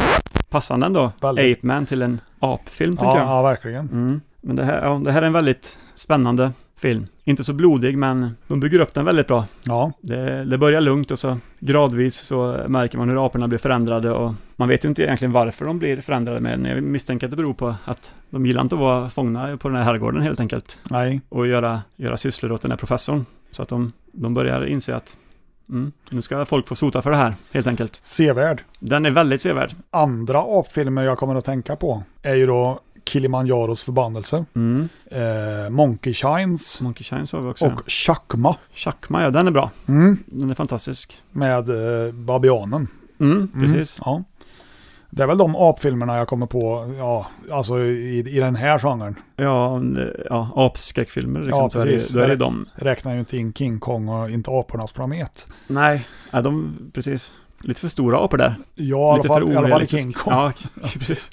Passande ändå,
Väldigt.
Ape Man till en apfilm tycker
Ja,
jag.
ja, verkligen.
Mm. Men det här, ja, det här är en väldigt spännande film. Inte så blodig, men de bygger upp den väldigt bra.
Ja,
Det, det börjar lugnt och så gradvis så märker man hur aporna blir förändrade och man vet ju inte egentligen varför de blir förändrade, men jag misstänker att det beror på att de gillar inte att vara fångna på den här herrgården helt enkelt.
nej.
och göra, göra sysslor åt den här professorn. Så att de, de börjar inse att Mm. Nu ska folk få sota för det här, helt enkelt.
Sevärd.
Den är väldigt sevärd.
Andra apfilmer jag kommer att tänka på är ju då Kilimanjaros förbannelse,
Mm.
eh, Monkey Shines
Monkey Shines har vi också.
och Chakma
Chakma, ja den är bra.
mm,
Den är fantastisk.
med eh, Babianen.
Mm,
Mm,
precis.
Ja. Det är väl de apfilmerna jag kommer på, ja, alltså i, i den här genren.
Ja, om det- ja apskräckfilmer liksom.
Ja,
så är det,
precis.
då är det
Eller-
de.
Räknar ju inte in King Kong och inte apornas planet.
Nej, ja, de, precis. Lite för stora apor där.
Ja, i alla
lite
fall, i alla fall i
orealistisk.
King Kong.
Ja, precis.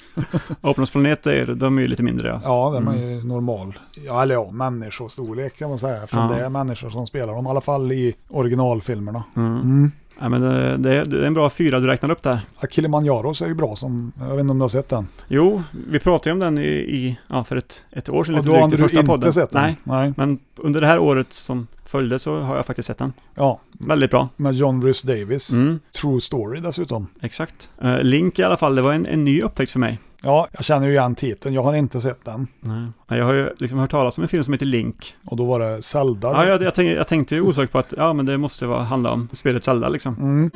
Apornas planet, är, de är ju lite mindre ja.
Ja, den
Mm.
är ju normal. Ja, eller ja, människostorlek kan man säga. Eftersom
Ja.
det är människor som spelar dem. I alla fall i originalfilmerna.
Mm.
Mm.
Ja, men eh, det, det, är, det är en bra fyra du räknar upp där.
Ja, Kilimanjaros är ju bra som, jag vet inte om du har sett den.
Jo, vi pratade ju om den i, i ja, för ett, ett år sedan,
Och
lite
då har
drygt, i
du
första
inte
podden.
sett den?
Nej,
Nej.
men under det här året som följde så har jag faktiskt sett den.
Ja,
Väldigt bra.
med John Bruce Davis.
Mm,
True Story dessutom.
exakt. Eh, Link i alla fall, det var en, en ny upptäckt för mig.
Ja, jag känner ju igen titeln. Jag har inte sett den.
Nej. Jag har ju liksom hört talas om en film som heter Link.
Och då var det Zelda.
Ja, jag, jag, tänkte, jag tänkte ju osökt på att ja, men det måste vara, handla om spelet Zelda liksom.
Mm.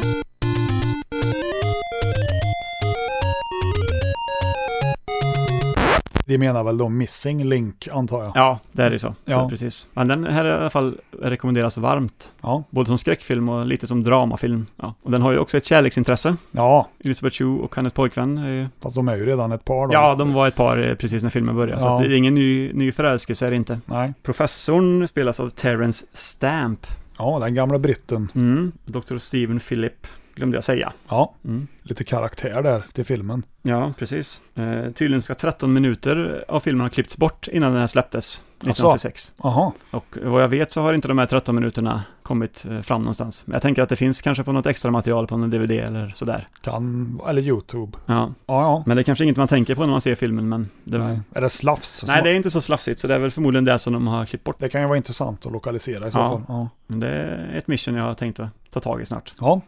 De menar väl då Missing Link, antar jag.
Ja, det är det ju så.
Ja.
så. Precis. Men den här i alla fall rekommenderas varmt.
Ja.
Både som skräckfilm och lite som dramafilm. Ja. Och den har ju också ett kärleksintresse.
Ja,
Elisabeth Chu och hennes pojkvän är ju
fast de är ju redan ett par då.
Ja, de var ett par eh, precis när filmen började, så
Ja.
att det är ingen ny, ny förälskelse är det inte.
Nej.
Professorn spelas av Terence Stamp.
Ja, den gamla britten.
Mm. Dr. Steven Philip, glömde jag säga.
Ja,
Mm.
lite karaktär där till filmen.
Ja, precis. Eh, tydligen ska 13 minuter av filmen ha klippts bort innan den här släpptes, 1986.
Jaha,
Och vad jag vet så har inte de här 13 minuterna kommit eh, fram någonstans. Men jag tänker att det finns kanske på något extra material på någon DVD eller sådär.
kan... Eller YouTube.
Ja,
Ja, ja.
men det är kanske inget man tänker på när man ser filmen, men det,
Nej.
nej.
Är det slafs?
det är inte så slafsigt, så det är väl förmodligen det som de har klippt bort.
Det kan ju vara intressant att lokalisera i så
Ja.
fall. Ja.
Men det är ett mission jag har tänkt att ta tag i snart.
Ja.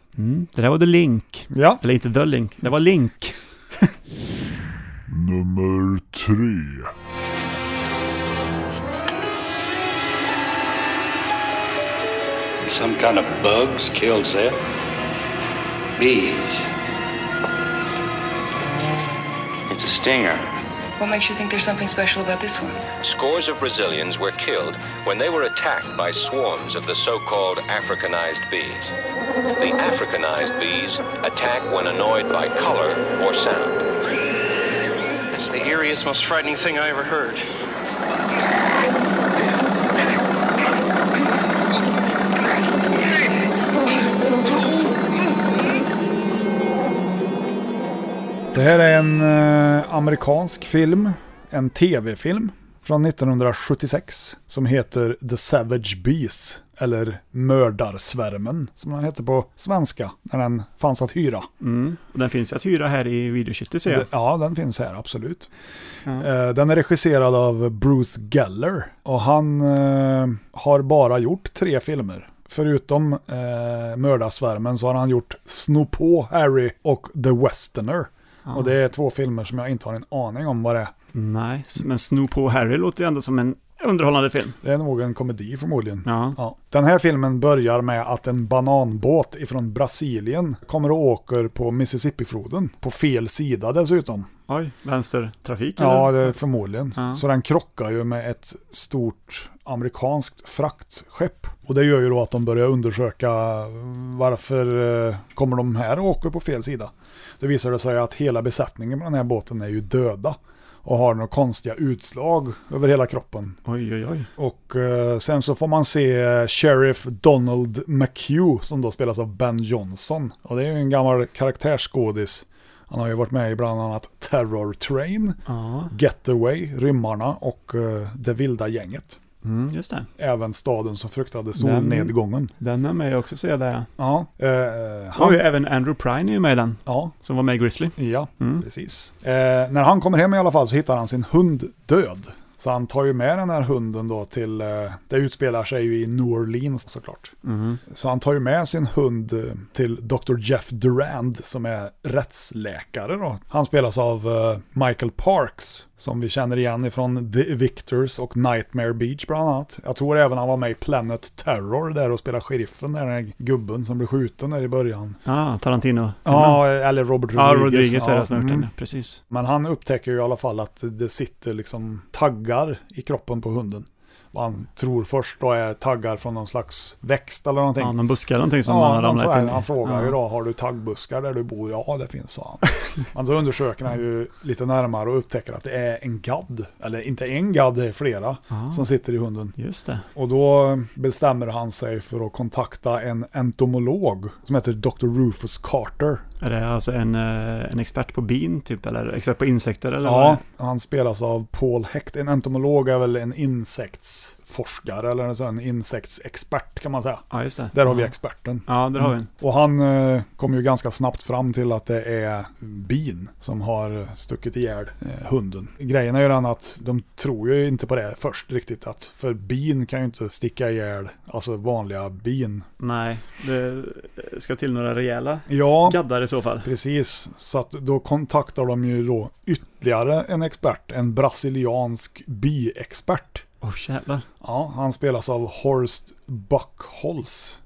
Det där var The Link.
ja.
Eller inte The Link, det var Link.
Nummer tre.
Some kind of bugs killed Zeb. Bees. It's a stinger.
What makes you think there's something special about this one?
Scores of Brazilians were killed when they were attacked by swarms of the so called Africanized bees. The Africanized bees attack when annoyed by color or sound.
It's the eeriest, most frightening thing I ever heard.
Det här är en eh, amerikansk film, en tv-film från 1976 som heter The Savage Bees, eller Mördarsvärmen som den heter på svenska när den fanns att hyra.
Mm. Och den finns att hyra här i videokittet ser jag.
Det- Ja, den finns här, absolut. Eh, Den är regisserad av Bruce Geller och han eh, har bara gjort tre filmer. Förutom eh, Mördarsvärmen så har han gjort Sno på Harry och The Westerner. Och det är två filmer som jag inte har en aning om vad det är.
Nej, s- men Sno på Harry låter ju ändå som en underhållande film.
Det är nog en komedi förmodligen.
Ja.
Ja. Den här filmen börjar med att en bananbåt ifrån Brasilien kommer och åker på Mississippifloden. På fel sida dessutom.
Oj, vänstertrafik
Ja,
Typ, eller?
det är förmodligen.
Ja.
Så den krockar ju med ett stort amerikanskt fraktskepp. Och det gör ju då att de börjar undersöka varför eh, kommer de här och åker på fel sida. Det visar det sig att hela besättningen på den här båten är ju döda och har några konstiga utslag över hela kroppen.
Oj, oj, oj.
Och eh, sen så får man se eh, Sheriff Donald McHugh som då spelas av Ben Johnson. Och det är ju en gammal karaktärsskådis. Han har ju varit med i bland annat Terror Train,
Ja,
Getaway, Rymmarna och eh, Det vilda gänget.
mm, just det.
Även staden som fruktade solnedgången.
Den är med också ser jag där.
Ja, eh,
Han har
han,
ju även Andrew Prine är ju med i den,
ja,
som var med i Grizzly.
ja
Mm.
precis. Eh, när han kommer hem i alla fall så hittar han sin hund död. Så han tar ju med den här hunden då till, eh, det utspelar sig ju i New Orleans såklart.
Mhm.
Så han tar ju med sin hund eh, till Dr. Jeff Durand som är rättsläkare då. Han spelas av eh, Michael Parks som vi känner igen ifrån The Victors och Nightmare Beach bland annat. Jag tror även han var med i Planet Terror där och spelade sheriffen, där, den här gubben som blev skjuten där i början.
Ah, Tarantino.
Ja, eller Robert
Ja,
Rodriguez.
Rodriguez är
Ja,
det som har gjort den,
mm.
ja, precis.
Men han upptäcker ju i alla fall att det sitter liksom taggar i kroppen på hunden. Vad han tror först då är taggar från någon slags växt eller någonting.
Ja, någon buske eller någonting som
ja,
han har
någon
ramlat
sån här-
in i.
Han frågar
Ja.
ju då, har du taggbuskar där du bor? Ja, det finns, sa han. Men då undersöker han ju lite närmare och upptäcker att det är en gadd. Eller inte en gadd, det är flera
Ah.
som sitter i hunden.
Just det.
Och då bestämmer han sig för att kontakta en entomolog som heter Dr. Rufus Carter.
Är det alltså en, eh, en expert på bin typ, eller expert på insekter? Eller vad är
Ja,
det?
han spelas av Paul Hecht. En entomolog är väl en insektsforskare eller en sån insektsexpert kan man säga.
ja, just det.
Där har vi
Ja.
experten.
Ja, där har vi en.
Och han eh, kom ju ganska snabbt fram till att det är bin som har stuckit ihjäl eh, hunden. Grejen är ju den att de tror ju inte på det först riktigt. Att, för bin kan ju inte sticka ihjäl, alltså vanliga bin.
Nej, det ska till några rejäla
Ja.
gaddar i så fall.
Precis, så att då kontaktar de ju då ytterligare en expert, en brasiliansk biexpert.
Åh oh, jävlar.
Ja, han spelas av Horst Buckholz.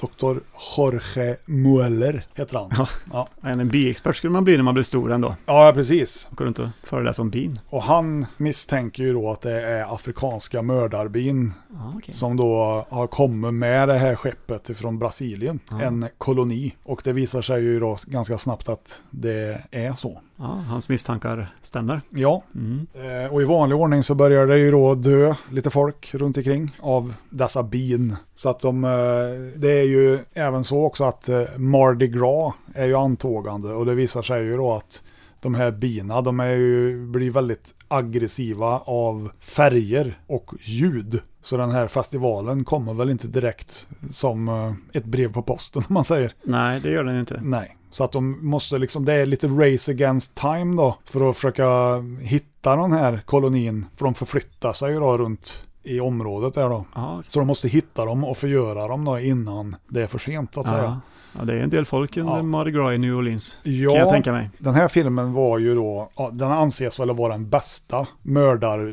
Dr. Jorge Mueller heter han.
Ja.
Ja.
En en biexpert skulle man bli när man blir stor ändå.
Ja, precis.
Går runt och föreläser om bin.
Och han misstänker ju då att det är afrikanska mördarbin
Ja, okej.
som då har kommit med det här skeppet ifrån Brasilien, en koloni. Och det visar sig ju då ganska snabbt att det är så.
Ja, hans misstankar stämmer.
Ja, Eh, och i vanlig ordning så börjar det ju då dö lite folk runt omkring av dessa bin. Så att de, eh, det är ju även så också att eh, Mardi Gras är ju antågande och det visar sig ju då att de här bina, de är ju, blir väldigt aggressiva av färger och ljud. Så den här festivalen kommer väl inte direkt som eh, ett brev på posten om man säger.
Nej, det gör den inte.
Nej, så att de måste liksom, det är lite race against time då för att försöka hitta den här kolonin. För de förflyttar sig ju då runt i området där då.
Ja,
Så de måste hitta dem och förgöra dem då innan det är för sent så att säga.
ja. ja, det är en del folk under
Ja.
Mardi Gras i New Orleans.
Ja,
Kan jag tänka mig.
Den här filmen var ju då, ja, den anses väl vara den bästa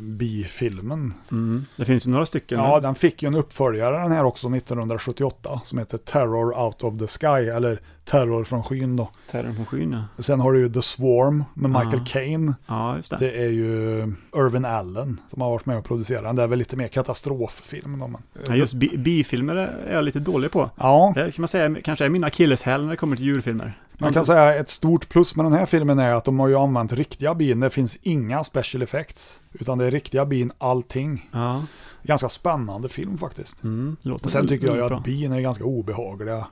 mördarbi-filmen.
Mm. Det finns ju några stycken.
Ja, den fick ju en uppföljare den här också 1978 som heter Terror Out of the Sky eller Terror från skyn då.
Terrorn från skyn, ja.
Sen har du ju The Swarm med
Ja.
Michael Caine.
Ja, just det.
Det är ju Irvin Allen som har varit med och producerat den. Det är väl lite mer katastroffilm. Då, men...
Ja, just bi- bifilmer är jag lite dålig på.
Ja,
Det kan man säga kanske är min akilleshäl när det kommer till djurfilmer.
man kan säga ett stort plus med den här filmen är att de har ju använt riktiga bin. Det finns inga special effects, utan det är riktiga bin allting.
Ja,
Ganska spännande film faktiskt.
mm, låter
Och sen tycker jag ju
bra.
att bin är ganska obehagliga.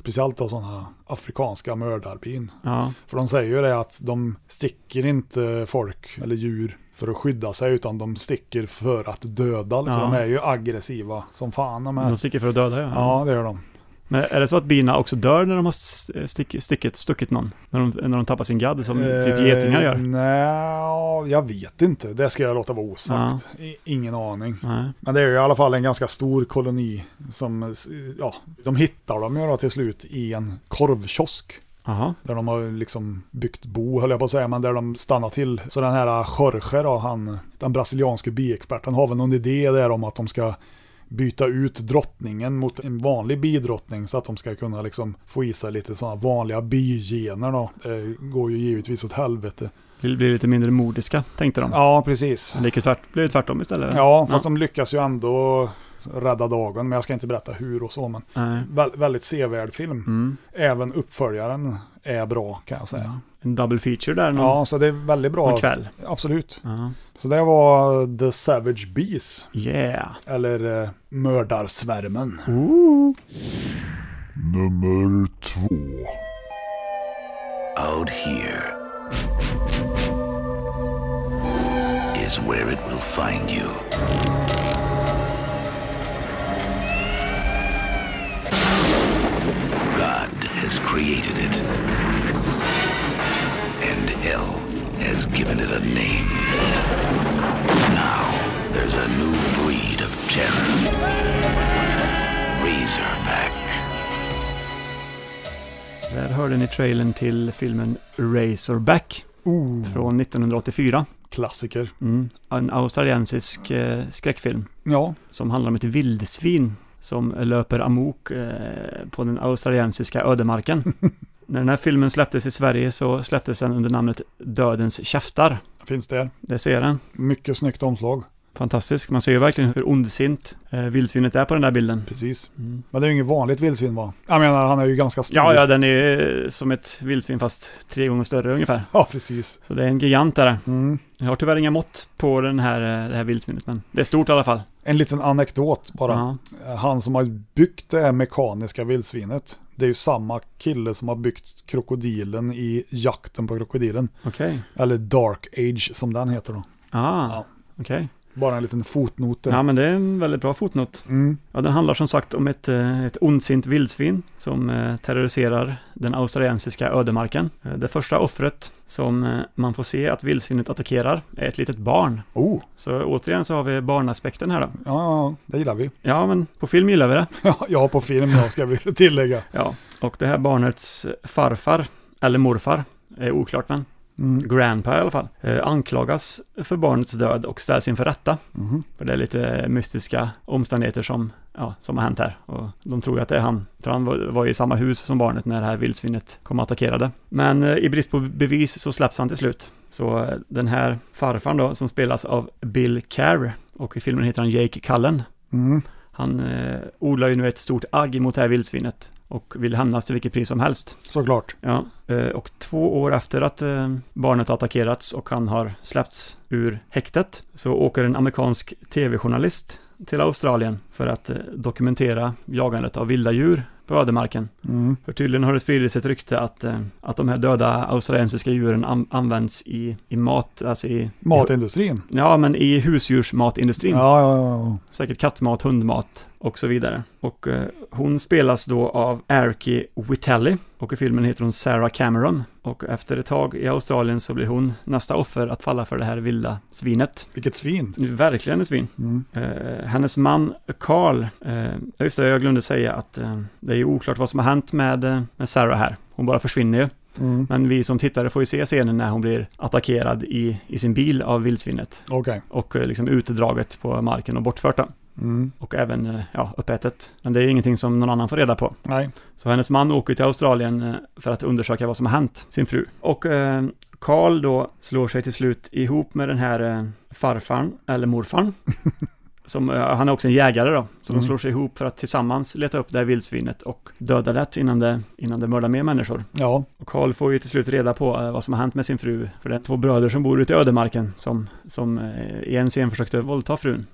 Speciellt av sådana afrikanska mördarbin.
Ja,
För de säger ju det att de sticker inte folk eller djur för att skydda sig utan de sticker för att döda. Liksom.
Ja.
De är ju aggressiva som fan de
de
här.
sticker för att döda ja.
Ja, det gör de.
Men är det så att bina också dör när de har st- stick, stickit, stuckit någon? När de, när de tappar sin gadd som typ
Eh,
getingar gör?
Nej, jag vet inte. Det ska jag låta vara osagt. I- Ingen aning.
Nej.
Men det är ju i alla fall en ganska stor koloni som, ja, de hittar dem ju då till slut i en korvkiosk.
Jaha,
Där de har liksom byggt bo, höll jag på att säga, men där de stannar till. Så den här Jorge då, han, den brasilianske biexperten, har väl någon idé där om att de ska byta ut drottningen mot en vanlig bidrottning så att de ska kunna liksom få i sig lite sådana vanliga bigener då. Det går ju givetvis åt helvete.
vill bli lite mindre mordiska tänkte de.
Ja, precis.
Det gick ju tvärt, blev ju tvärtom istället.
Ja, fast de lyckas ju ändå rädda dagen, men jag ska inte berätta hur och så, men
Nej.
vä- väldigt sevärd film.
Mm.
Även uppföljaren är bra kan jag säga.
En double feature där någon,
Ja, så det är väldigt bra.
någon Mm. kväll.
Absolut.
Ja.
Så det var The Savage Bees,
Yeah.
eller eh, Mördarsvärmen.
Mm.
Nummer två.
Out here is where it will find you. God has created it, and hell has given it a name. Now,
hörde ni trailern till filmen Razorback
Oh.
från 1984.
Klassiker.
Mm. En australiensisk eh, skräckfilm.
Ja.
Som handlar om ett vildsvin som löper amok eh, på den australiensiska ödemarken. När den här filmen släpptes i Sverige så släpptes den under namnet Dödens käftar.
Finns där.
Det ser jag den.
Mycket snyggt omslag.
Fantastisk. Man ser ju verkligen hur ondsint eh, vildsvinet är på den där bilden.
Precis. Men det är ju inget vanligt vildsvin va? Jag menar, han är ju ganska stor.
Ja, ja, den är ju, eh, som ett vildsvin fast tre gånger större ungefär.
Ja, precis.
Så det är en gigant där.
Mm.
Jag har tyvärr inga mått på den här, eh, det här vildsvinet, men det är stort i alla fall.
En liten anekdot bara. Eh,
Ja.
Han som har byggt det här mekaniska vildsvinet, det är ju samma kille som har byggt krokodilen i Jakten på krokodilen.
Okej.
Eller Dark Age som den heter då.
Ah,
Ja.
okej.
Bara en liten fotnot. där.
Ja, men det är en väldigt bra fotnot.
Mm.
Ja, den handlar som sagt om ett, eh, ett ondsint vildsvin som eh, terroriserar den australiensiska ödemarken. Eh, Det första offret som eh, man får se att vildsvinet attackerar är ett litet barn.
Oh,
Så återigen så har vi barnaspekten här då.
ja, ja, det gillar vi.
Ja, men på film gillar vi det.
ja, på film då ska vi tillägga.
Ja, och det här barnets farfar, eller morfar, är oklart men,
Mm.
grandpa i alla fall, eh, anklagas för barnets död och ställs inför rätta.
Mhm.
För det är lite mystiska omständigheter som, ja, som har hänt här. Och de tror ju att det är han. För han var, var i samma hus som barnet när det här vildsvinet kom och attackerade. Men eh, i brist på bevis så släpps han till slut. Så eh, den här farfaren då, som spelas av Bill Carr, och i filmen heter han Jake Cullen.
Mm.
Han eh, odlar ju nu ett stort agg mot det här vildsvinet och vill hämnas till vilket pris som helst.
Såklart.
Ja, eh, och två år efter att eh, barnet har attackerats och han har släppts ur häktet så åker en amerikansk tv-journalist till Australien för att eh, dokumentera jagandet av vilda djur på ödemarken.
Mm.
För tydligen har det spridits ett rykte att, eh, att de här döda australiensiska djuren an- används i, i mat, alltså i...
Matindustrin.
Ja, men i husdjursmatindustrin.
Ja, ja, ja.
Säkert kattmat, hundmat och så vidare. Och eh, hon spelas då av Erki Witelli och i filmen heter hon Sarah Cameron. Och efter ett tag i Australien så blir hon nästa offer att falla för det här vilda svinet.
Vilket svin.
Verkligen ett svin.
Mm.
Eh, hennes man Carl, eh, ja, just det, jag glömde säga att eh, det är ju oklart vad som har hänt med, eh, med Sarah här. Hon bara försvinner ju.
Mm.
Men vi som tittare får ju se scenen när hon blir attackerad i, i sin bil av vildsvinet
Okej.
och eh, liksom utdraget på marken och bortfört då
Mm.
och även eh, ja, uppätet. Men det är ju ingenting som någon annan får reda på.
Nej.
Så hennes man åker till Australien eh, för att undersöka vad som har hänt sin fru. Och eh, Carl då slår sig till slut ihop med den här eh, farfarn, eller morfarn. Som, eh, han är också en jägare då, så
Mm.
de slår sig ihop för att tillsammans leta upp det här vildsvinet och döda det innan det, innan det mördar mer människor.
Ja.
Och Carl får ju till slut reda på eh, vad som har hänt med sin fru, för det är två bröder som bor ute i ödemarken som, som eh, i en scen försökte våldta frun.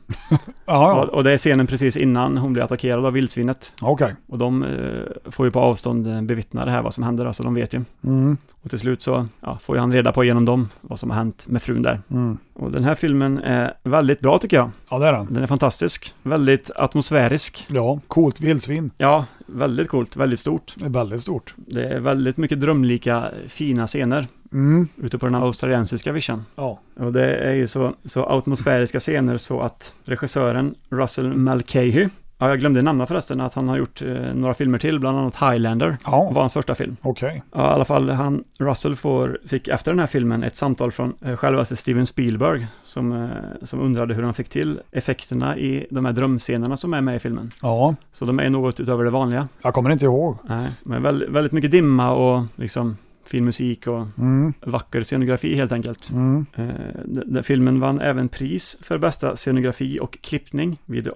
Ja,
Och, och det är scenen precis innan hon blir attackerad av vildsvinet.
ja. Okej.
Och de eh, får ju på avstånd eh, bevittna det här, vad som händer, alltså de vet ju.
Mm.
Och till slut så ja, får ju han reda på genom dem vad som har hänt med frun där.
Mm.
Och den här filmen är väldigt bra tycker jag.
Ja, det är den.
Den är fantastisk. Väldigt atmosfärisk.
Ja, coolt vildsvin.
Ja, väldigt coolt, väldigt stort.
Det är väldigt stort.
Det är väldigt mycket drömlika, fina scener
Mm.
ute på den australiensiska vischan.
Ja.
Och det är ju så, så atmosfäriska scener så att regissören Russell Mulcahy, ja jag glömde nämna förresten att han har gjort eh, några filmer till, bland annat Highlander,
Ja,
var hans första film.
okej.
Ja, i alla fall han, Russell får, fick efter den här filmen ett samtal från eh, självaste Steven Spielberg som, eh, som undrade hur han fick till effekterna i de här drömscenerna som är med i filmen.
Ja,
Så de är något utöver det vanliga.
jag kommer inte ihåg.
Nej, men väldigt, väldigt mycket dimma och liksom fin musik och
Mm.
vacker scenografi helt enkelt.
Mm.
Eh, d- den filmen vann även pris för bästa scenografi och klippning vid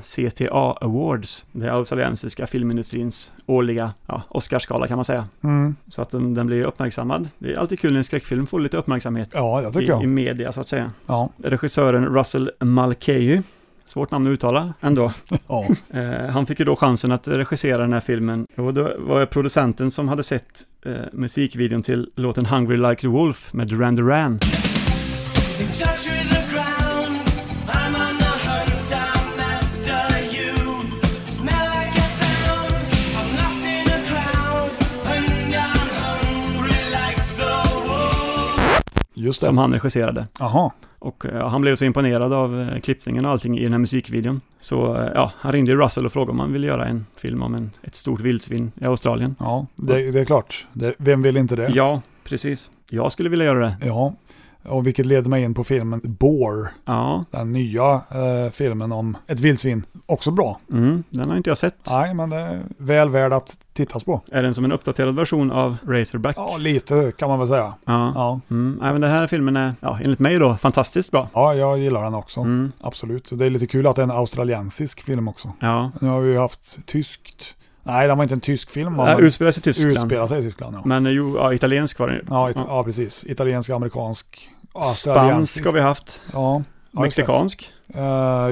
AACTA Awards, det australiensiska filmindustrins årliga ja, Oscarsgala kan man säga.
Mm.
Så att den, den blir ju uppmärksammad. Det är alltid kul när en skräckfilm får lite uppmärksamhet
Ja, jag
i,
tycker
i
jag.
media så att säga.
Ja,
Regissören Russell Mulcahy, svårt namn att uttala ändå,
ja.
Eh, han fick ju då chansen att regissera den här filmen. Och det var ju producenten som hade sett eh, musikvideon till låten Hungry Like the Wolf med Duran Duran.
In touch with the ground, I'm on the hunt, I'm after you. Smell like a sound, I'm lost in a crowd, and I'm hungry like the wolf.
Just det.
Som han regisserade.
Aha.
Och eh, han blev så imponerad av eh, klippningen och allting i den här musikvideon. Så eh, ja, han ringde ju Russell och frågade om han ville göra en film om en, ett stort vildsvin i Australien.
Ja, det, det är klart. Det, vem vill inte det?
Ja, precis. Jag skulle vilja göra det.
Ja, och vilket leder mig in på filmen Boar.
Ja.
Den nya eh, filmen om ett vildsvin. Också bra.
Mm, den har inte jag sett.
Nej, men det är väl värd att tittas på.
Är den som en uppdaterad version av Razorback?
Ja, lite kan man väl säga.
Ja.
Ja,
Mm, nej, men den här filmen är, ja, enligt mig då, fantastiskt bra.
ja jag gillar den
Mm.
också. Absolut. Och det är lite kul att det är en australiensisk film också.
Ja.
Nu har vi ju haft tyskt. Nej, den var inte en tysk film. va?
Ja,
Men-
Äh, utspelar sig i Tyskland.
Utspelar sig i Tyskland, ja.
Men eh, jo, ja, italiensk var den ju.
Ja, it- ja. precis. Italiensk, amerikansk,
Spansk har vi haft.
Ja. Ja, just det.
Mexikansk.
Eh,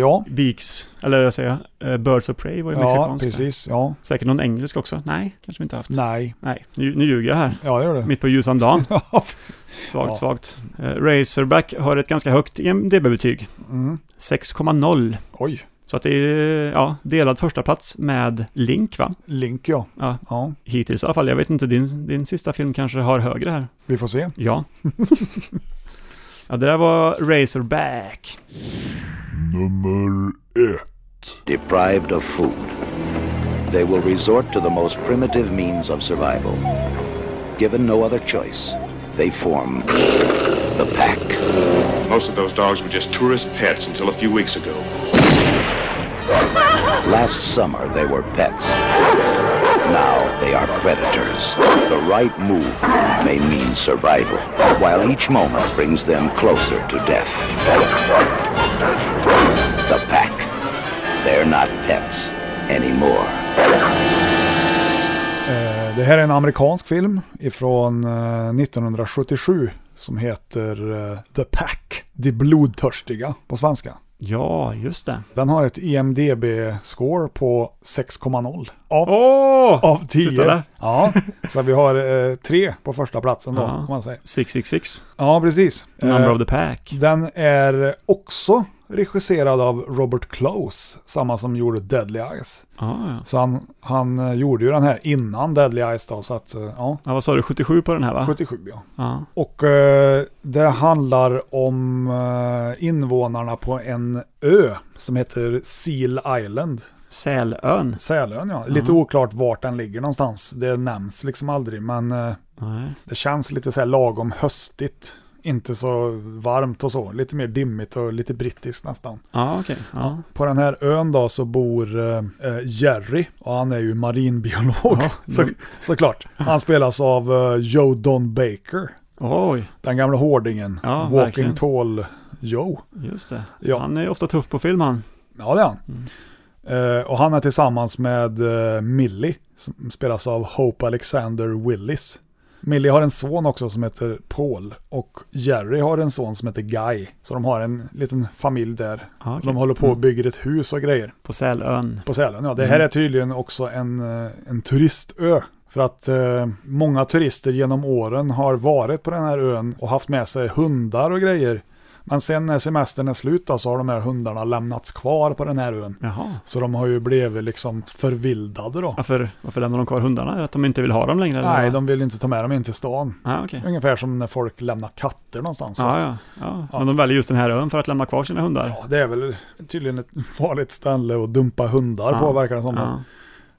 ja.
Beaks, eller jag säger, eh, Birds of Prey var ju
Ja,
mexikansk.
precis. Ja.
Säkert någon engelsk också? Nej, kanske vi inte haft.
Nej.
Nej, nu, nu ljuger jag här.
Ja, det gör du.
Mitt på ljusan dagen. svagt,
Ja.
svagt. Eh, Razorback har ett ganska högt IMDB-betyg.
Mm.
6,0.
Oj.
Så att det är ja, delad första plats med Link, va?
Link, ja.
Ja.
ja.
Hittills i alla fall. Jag vet inte, din, din sista film kanske har högre här.
Vi får se.
Ja. ja, det där var Razorback.
Nummer ett.
Deprived of food, they will resort to the most primitive means of survival. Given no other choice, they form the pack.
Most of those dogs were just tourist pets until a few weeks ago.
Last summer, they were pets. Now they are predators. The right move may mean survival, while each moment brings them closer to death. The pack. They're not pets anymore.
Eh, det här är en amerikansk film ifrån eh, 1977 som heter eh, The Pack. De blodtörstiga på svenska.
Ja, just det.
Den har ett E IMDB-score på 6,0. Av, av 10.
titta där.
Ja, så vi har eh, tre på första platsen då,
Ja.
om man säger.
666.
Ja, precis.
Number
Eh,
of the Pack.
Den är också regisserad av Robert Close, samma som gjorde Deadly Eyes.
Ja, Ah, ja.
Så han, han eh, gjorde ju den här innan Deadly Eyes då, så att eh, ja.
ja, vad sa du, 77 på den här va?
77 ja.
Ja.
Och eh, det handlar om eh, invånarna på en ö som heter Seal Island.
Sälön.
Sälön ja. Lite
Ja.
oklart vart den ligger någonstans. Det nämns liksom aldrig men eh,
Nej.
det känns lite så här lagom höstigt. Inte så varmt och så. Lite mer dimmigt och lite brittiskt nästan.
Ja, okej. Ja.
På den här ön då så bor eh, eh, Jerry och han är ju marinbiolog. så,
mm.
såklart. Han spelas av eh, Joe Don Baker.
Oj,
Den gamla hårdingen.
Ja,
Walking
verkligen.
Tall Joe.
just det.
Ja.
Han är ofta tuff på film han.
Ja, det är han.
Mm.
Eh, och han är tillsammans med eh, Millie, som spelas av Hope Alexander Willis. Millie har en son också som heter Paul och Jerry har en son som heter Guy. Så de har en liten familj där.
Ja, okej.
De håller på och bygger ett hus och grejer
På Sälön.
på Sälen. Ja, det här
Mm.
är tydligen också en, eh, en turistö. För att eh, många turister genom åren har varit på den här ön och haft med sig hundar och grejer. Men sen när semestern är slut då, så har de här hundarna lämnats kvar på den här ön.
Jaha.
Så de har ju blivit liksom förvildade då.
Varför, varför lämnar de kvar hundarna? Är det att de inte vill ha dem längre? eller
Nej,
vad?
de vill inte ta med dem in till stan.
Ja, okej.
Ungefär som när folk lämnar katter någonstans.
Ja,
fast-
ja, ja. Men de väljer just den här ön för att lämna kvar sina hundar.
Ja, det är väl tydligen ett farligt ställe att dumpa hundar
Ja,
på verkar det som.
ja.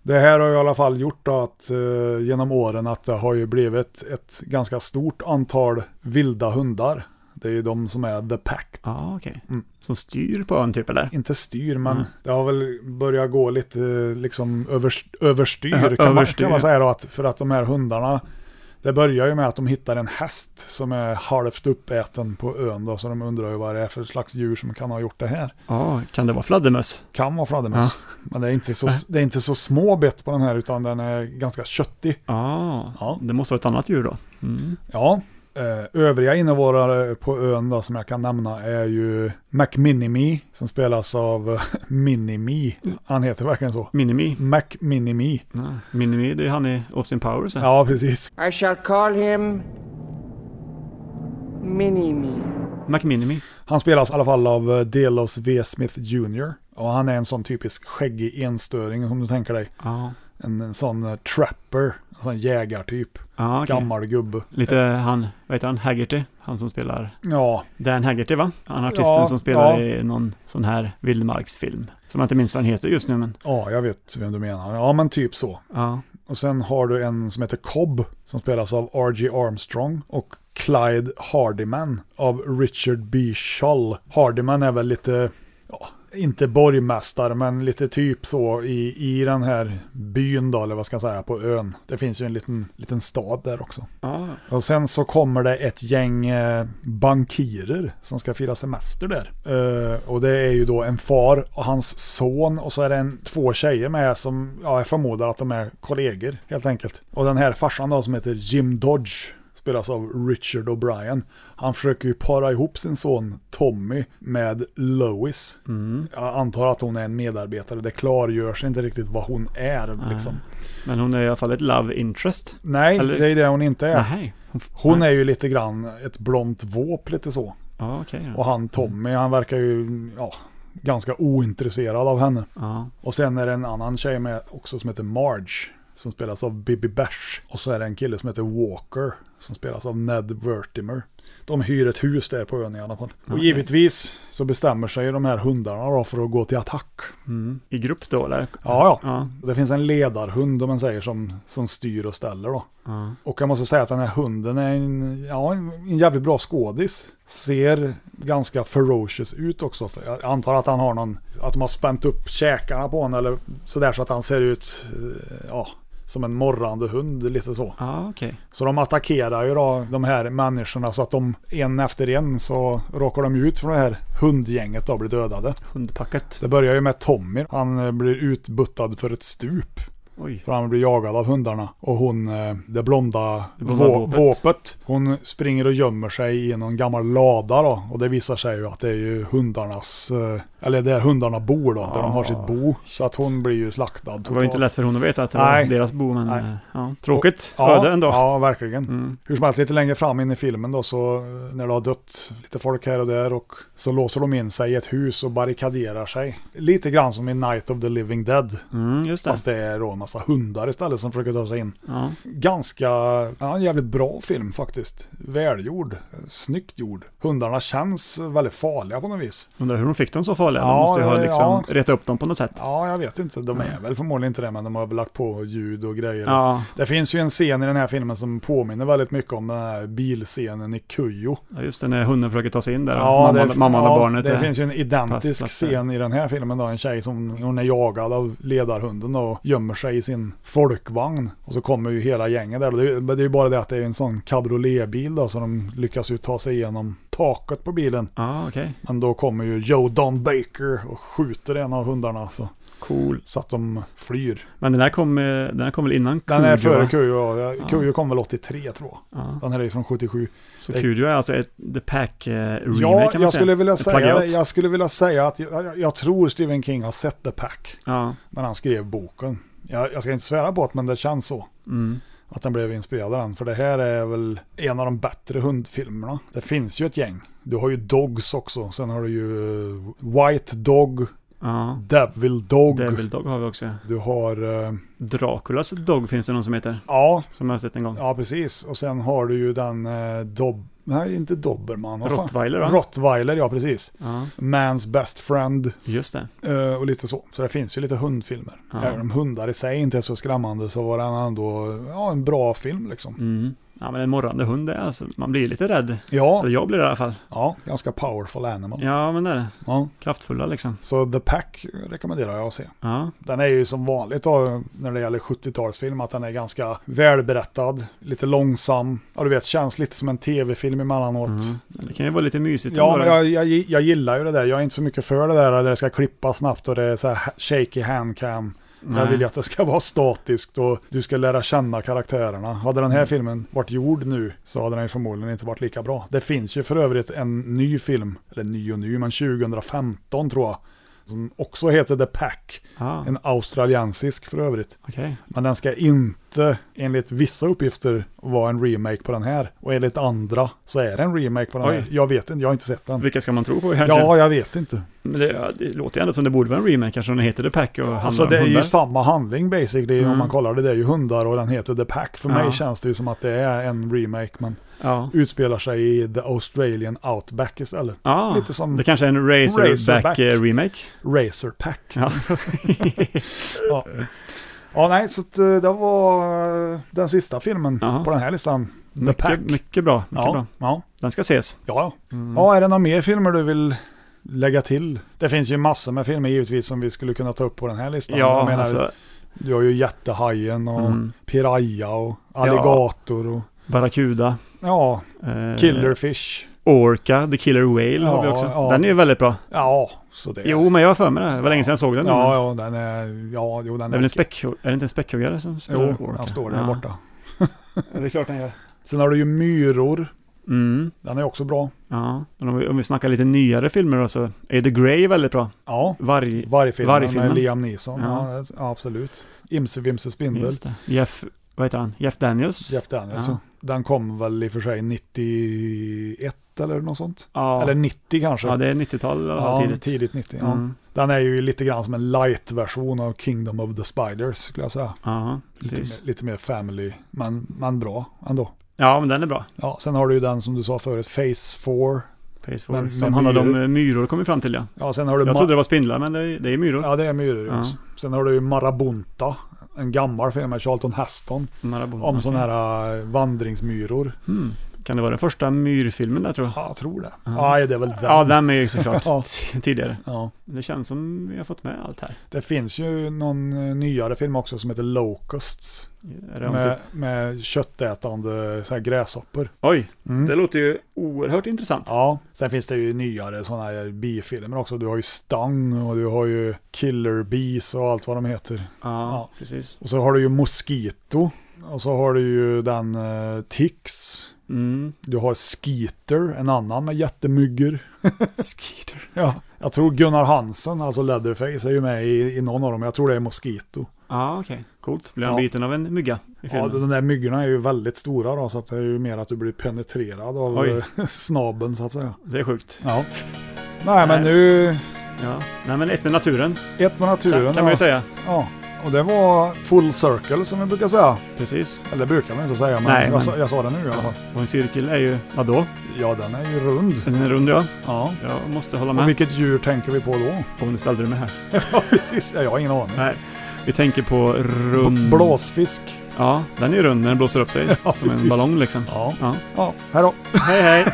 Det här har ju i alla fall gjort då att eh, genom åren att det har ju blivit ett ganska stort antal vilda hundar. Det är ju de som är the pack.
Ja, okej.
Mm.
Som styr på ön typ eller?
Inte styr, men
Nej.
det har väl börjat gå lite eh, liksom övers- överstyr.
Ö-
kan, man,
överstyr,
kan man
ja.
säga då att för att de här hundarna det börjar ju med att de hittar en häst som är halvt uppäten på ön då, så de undrar ju vad det är för slags djur som kan ha gjort det här.
Ja, kan det vara fladdermöss?
Kan vara fladdermöss. Men det är, inte så,
Nej.
det är inte så små bett på den här utan den är ganska köttig.
Ja,
Ja.
det måste vara ett annat djur då. Mm.
Ja. Eh, Övriga invånare på ön då, som jag kan nämna är ju McMinimy som spelas av eh, Minimi. Han heter verkligen så.
Minimi.
McMinimy.
Mm. Ja. Minimi, det är han i Austin Powers. Ja.
Ja, precis.
I shall call him Mini Me.
McMinimi.
Han spelas i alla fall av eh, Delos V. Smith Jr. Och han är en sån typisk skäggig enstöring som du tänker dig.
Ja.
En, en sån eh, trapper. Alltså en jägartyp.
Ja, okej.
Gammal gubbe.
Lite han, vad heter han, Haggerty? Han som spelar
Ja.
Dan Haggerty va? Han artisten
Ja,
som spelar
ja.
i någon sån här vildmarksfilm. Som jag inte minns vad han heter just nu men.
Ja, jag vet vem du menar. Ja, men typ så.
Ja.
Och sen har du en som heter Cobb som spelas av R.G. Armstrong och Clyde Hardiman av Richard B. Shull. Hardiman är väl lite, ja, inte borgmästare, men lite typ så i, i den här byn då, eller vad ska jag säga, på ön. Det finns ju en liten, liten stad där också.
Ja.
Och sen så kommer det ett gäng eh, bankirer som ska fira semester där. Eh, och det är ju då en far och hans son och så är det en, två tjejer med som ja, jag förmodar att de är kollegor helt enkelt. Och den här farsan då som heter Jim Dodge spelas av Richard O'Brien. Han försöker ju para ihop sin son Tommy med Lois. Jag antar att hon är en medarbetare. Det klargörs inte riktigt vad hon är. Liksom.
Men hon är i alla fall ett love interest.
Nej,
Eller-
det är det hon inte är.
Nej. Mm.
Hon är ju lite grann ett blont våp lite så.
Ja, okej. då.
Och han Tommy, han verkar ju ja, ganska ointresserad av henne.
Ja.
Och sen är det en annan tjej med också som heter Marge. Som spelas av Bibi Bash. Och så är det en kille som heter Walker. Som spelas av Ned Vertimer. De hyr ett hus där på ön i alla fall. Och
Okej.
givetvis så bestämmer sig de här hundarna då för att gå till attack.
Mm. I grupp då eller?
Ja, ja. Det finns en ledarhund om man säger som, som styr och ställer då.
Ja.
Och jag måste säga att den här hunden är en, ja, en en jävligt bra skådis. Ser ganska ferocious ut också. För Jag antar att han har någon, att de har spänt upp käkarna på honom eller sådär så att han ser ut, eh, ja, som en morrande hund lite så.
Ja, okej.
Så de attackerar ju då de här människorna så att de en efter en så råkar de ju ut från det här hundgänget och blir dödade.
Hundpacket.
Det börjar ju med Tommy. Han eh, blir utbuttad för ett stup.
Oj.
För han blir jagad av hundarna. Och hon, eh, det blonda,
Det blonda
vå-
våpet.
våpet, hon springer och gömmer sig i någon gammal lada då. Och det visar sig ju att det är ju hundarnas, eh, eller där hundarna bor då, där de har sitt bo. Så att hon blir ju slaktad totalt.
Ah, Det var ju inte lätt för hon att veta att det
Nej.
var deras bo men.
Nej.
eh, Ja. Tråkigt.
Ja,
Öde ändå.
Ja, verkligen.
Mm.
Hur som helst, lite längre fram in i filmen då så eh, när det har dött lite folk här och där och så låser de in sig i ett hus och barrikaderar sig. Lite grann som i Night of the Living Dead.
Mm, just det.
Fast det är då en massa hundar istället som försöker ta sig in.
Ja.
Ganska, ja en jävligt bra film faktiskt. Välgjord, eh, snyggt gjord. Hundarna känns eh, väldigt farliga på något vis.
Undrar hur de fick dem så farliga.
Ja,
de måste ju ha
ja,
liksom
ja.
retat upp dem på något sätt.
Ja, jag vet inte. De är väl förmodligen inte det, men de har väl lagt på ljud och grejer.
Ja.
Det finns ju en scen i den här filmen som påminner väldigt mycket om den här bilscenen i Kujo.
Ja, just det, när hunden försöker ta sig in där. och mamman,
det,
mamman och
ja,
barnet. eh,
det
är-
finns ju en identisk
passplatser.
scen i den här filmen då. En tjej som hon är jagad av ledarhunden och gömmer sig i sin folkvagn. Och så kommer ju hela gänget där. Och Det är, men det är ju bara det att det är en sån cabrioletbil då, så de lyckas ju ta sig igenom taket på bilen.
Ja, okej.
Men då kommer ju Joe Don Baker och skjuter en av hundarna. Så,
Cool.
så att de flyr.
Men den här kom, eh, den här kom väl innan
Den är
Cujo, va?
före Kujo. ja.
Ja.
Kujo kom väl 83 tror jag.
Ja.
Den här är ju från 77.
Så
Det-
Cujo är alltså ett The Pack eh, remake
Ja,
kan man
jag
säga.
skulle, vilja
Ett
säga,
plagiat.
jag skulle vilja säga att jag, jag, jag tror Stephen King har sett The Pack
Ja.
när han skrev boken. Jag, jag ska inte svära på det, men det känns så.
Mm.
Att han blev inspirerad av den. För det här är väl en av de bättre hundfilmerna. Det finns ju ett gäng. Du har ju Dogs också. Sen har du ju eh, White Dog,
ja.
Devil Dog.
Devil Dog har vi också.
Du har... eh,
Draculas Dog finns det någon som heter.
Ja,
Som jag har sett en gång.
ja precis. Och sen har du ju den... Eh, Dob- Nej, inte Doberman. vad fan?
Rottweiler, va?
Rottweiler, ja precis.
Ja,
Man's Best Friend.
just det.
Eh, och lite så. Så det finns ju lite hundfilmer.
Ja.
Även om hundar i sig inte är så skrämmande så var den ändå ja, en bra film liksom.
Mm. Ja, men en morrande hund är alltså, man blir lite rädd.
Ja,
Eller jag blir det i alla fall.
ja, ganska powerful animal.
Ja, men det är det.
Ja.
Kraftfulla liksom.
Så The Pack rekommenderar jag att se.
Ja,
Den är ju som vanligt då, när det gäller 70-talsfilm att den är ganska välberättad, lite långsam. Ja, du vet, känns lite som en tv-film emellanåt.
men det kan ju vara lite mysigt.
Ja,
ändå
men
då.
jag, jag, jag gillar ju det där. Jag är inte så mycket för det där där det ska klippa snabbt och det är så här shaky handcam. Jag
Nej.
vill ju att det ska vara statiskt och du ska lära känna karaktärerna. Hade den här
Mm.
filmen varit gjord nu så hade den ju förmodligen inte varit lika bra. Det finns ju för övrigt en ny film, eller ny och ny, men 2015 tror jag, Som också heter The Pack.
Ah.
En australiensisk för övrigt.
Okej.
Men den ska inte, enligt vissa uppgifter, vara en remake på den här. Och enligt andra så är det en remake på den
Oj.
här. Jag vet inte, jag har inte sett den.
Vilka ska man tro på egentligen?
Ja, jag vet inte.
Men det, det låter ju ändå som det borde vara en remake eftersom den heter The Pack och handlar
Alltså
om
det är
hundar.
ju samma handling basically
Mm.
om man kollar det. Det är ju hundar och den heter The Pack. För
Ja.
mig känns det ju som att det är en remake men
Ja.
utspelar sig i The Australian Outback istället.
Ja,
Lite som
det kanske är en Razorback
Razorback.
eh, remake.
Razorpack.
Ja.
ja. ja, nej, så att, eh, det var eh, den sista filmen
Ja.
på den här listan. The Pack.
Mycket, mycket bra. Mycket
ja,
bra.
Ja.
Den ska ses.
Ja.
Mm.
ja, är det några mer filmer du vill lägga till? Det finns ju massor med filmer givetvis som vi skulle kunna ta upp på den här listan. Jag menar,
alltså,
Du har ju Jättehajen och
Mm.
Piraya och Alligator och
Barracuda.
ja,
eh,
Killerfish.
Orca, The Killer Whale har vi
Ja,
också.
ja.
Den är ju väldigt bra.
Ja, så det.
Jo, men jag har för mig det. Det var länge sedan jag såg den.
Ja, ja, den är... Ja, jo, den
det är väl en späck... Är det inte en späckhuggare som spelar
Jo,
Orca?
den står där
Ja.
borta.
Ja, det är klart den gör.
Sen har du ju Myror.
Mm.
Den är också bra.
Ja, men om vi, om vi snackar lite nyare filmer då så är The Grey väldigt bra.
Ja,
Varg...
Vargfilmen
Vargfilmen.
med Liam Neeson.
Ja.
Ja. ja, absolut. Imse Vimse Spindel.
Just det. Jeff... Vad heter han? Jeff Daniels?
Jeff Daniels.
Ja.
Den kom väl i och för sig 91 eller något sånt.
Ja.
Eller 90 kanske.
Ja, det är 90-tal eller
Ja,
tidigt.
tidigt. 90. Ja.
Mm.
Den är ju lite grann som en light-version av Kingdom of the Spiders skulle jag säga.
Ja,
Lite
precis.
mer, lite mer family, men, men bra ändå.
Ja, men den är bra.
Ja, sen har du ju den som du sa förut, Phase 4.
Phase
Men-
4.
men
Som handlade om
myror.
eh, myror kom vi fram till ja.
Ja, sen har du
Jag
Ma-
trodde det var spindlar men det är, det är myror.
Ja, det är myror.
Ja.
också. Sen har du ju Marabunta, en gammal film med Charlton Heston.
Marabou.
Om
Okej.
sådana här äh, vandringsmyror.
Hmm. Kan det vara den första myrfilmen där tror jag?
Ja, jag tror det.
Ja.
Nej, det är väl den.
Ja, den är ju såklart
Ja.
t- tidigare.
Ja.
Det känns som vi har fått med allt här.
Det finns ju någon eh, nyare film också som heter Locusts.
Är det om
Med,
typ...
med köttätande så här, gräshoppor.
Oj,
Mm.
det låter ju oerhört intressant.
Ja, sen finns det ju nyare sådana här bifilmer också. Du har ju Stang och du har ju Killer Bees och allt vad de heter.
Ja, precis.
Och så har du ju Mosquito. Och så har du ju den eh, Tix.
Mm.
Du har Skeeter, en annan med jättemyggor.
Skeeter.
Ja, jag tror Gunnar Hansen, alltså Leatherface, är ju med i, i någon av dem. Jag tror det är Mosquito.
Ja, okej. Coolt. Blir han
Ja.
biten av en mygga i
Ja,
filmen?
de där myggorna är ju väldigt stora då, så att det är ju mer att du blir penetrerad av eh,
Oj.
snabben så att säga.
det är sjukt.
Ja. Nej, men
Nej.
nu...
Ja. Nej, men ett med naturen
Ett med naturen.
kan, kan man
ja.
ju säga.
Ja, och det var full circle som vi brukar säga.
Precis.
Eller brukar man inte säga, men,
Nej, men-
Jag, sa, jag sa det nu i alla fall.
Och en cirkel är ju, vadå?
Ja, den är ju rund.
En rund ja.
Ja.
Jag måste hålla
Och
med.
vilket djur tänker vi på då?
Om nu ställde du mig här.
Ja, precis. Ja, jag har ingen aning.
Nej. Vi tänker på rund...
Blåsfisk.
Ja, den är ju rund när den blåser upp sig.
Ja,
som en
precis.
ballong liksom.
Ja.
Ja. Mm.
Ja, här då.
Hej hej!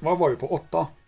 Vad var vi på? Åtta?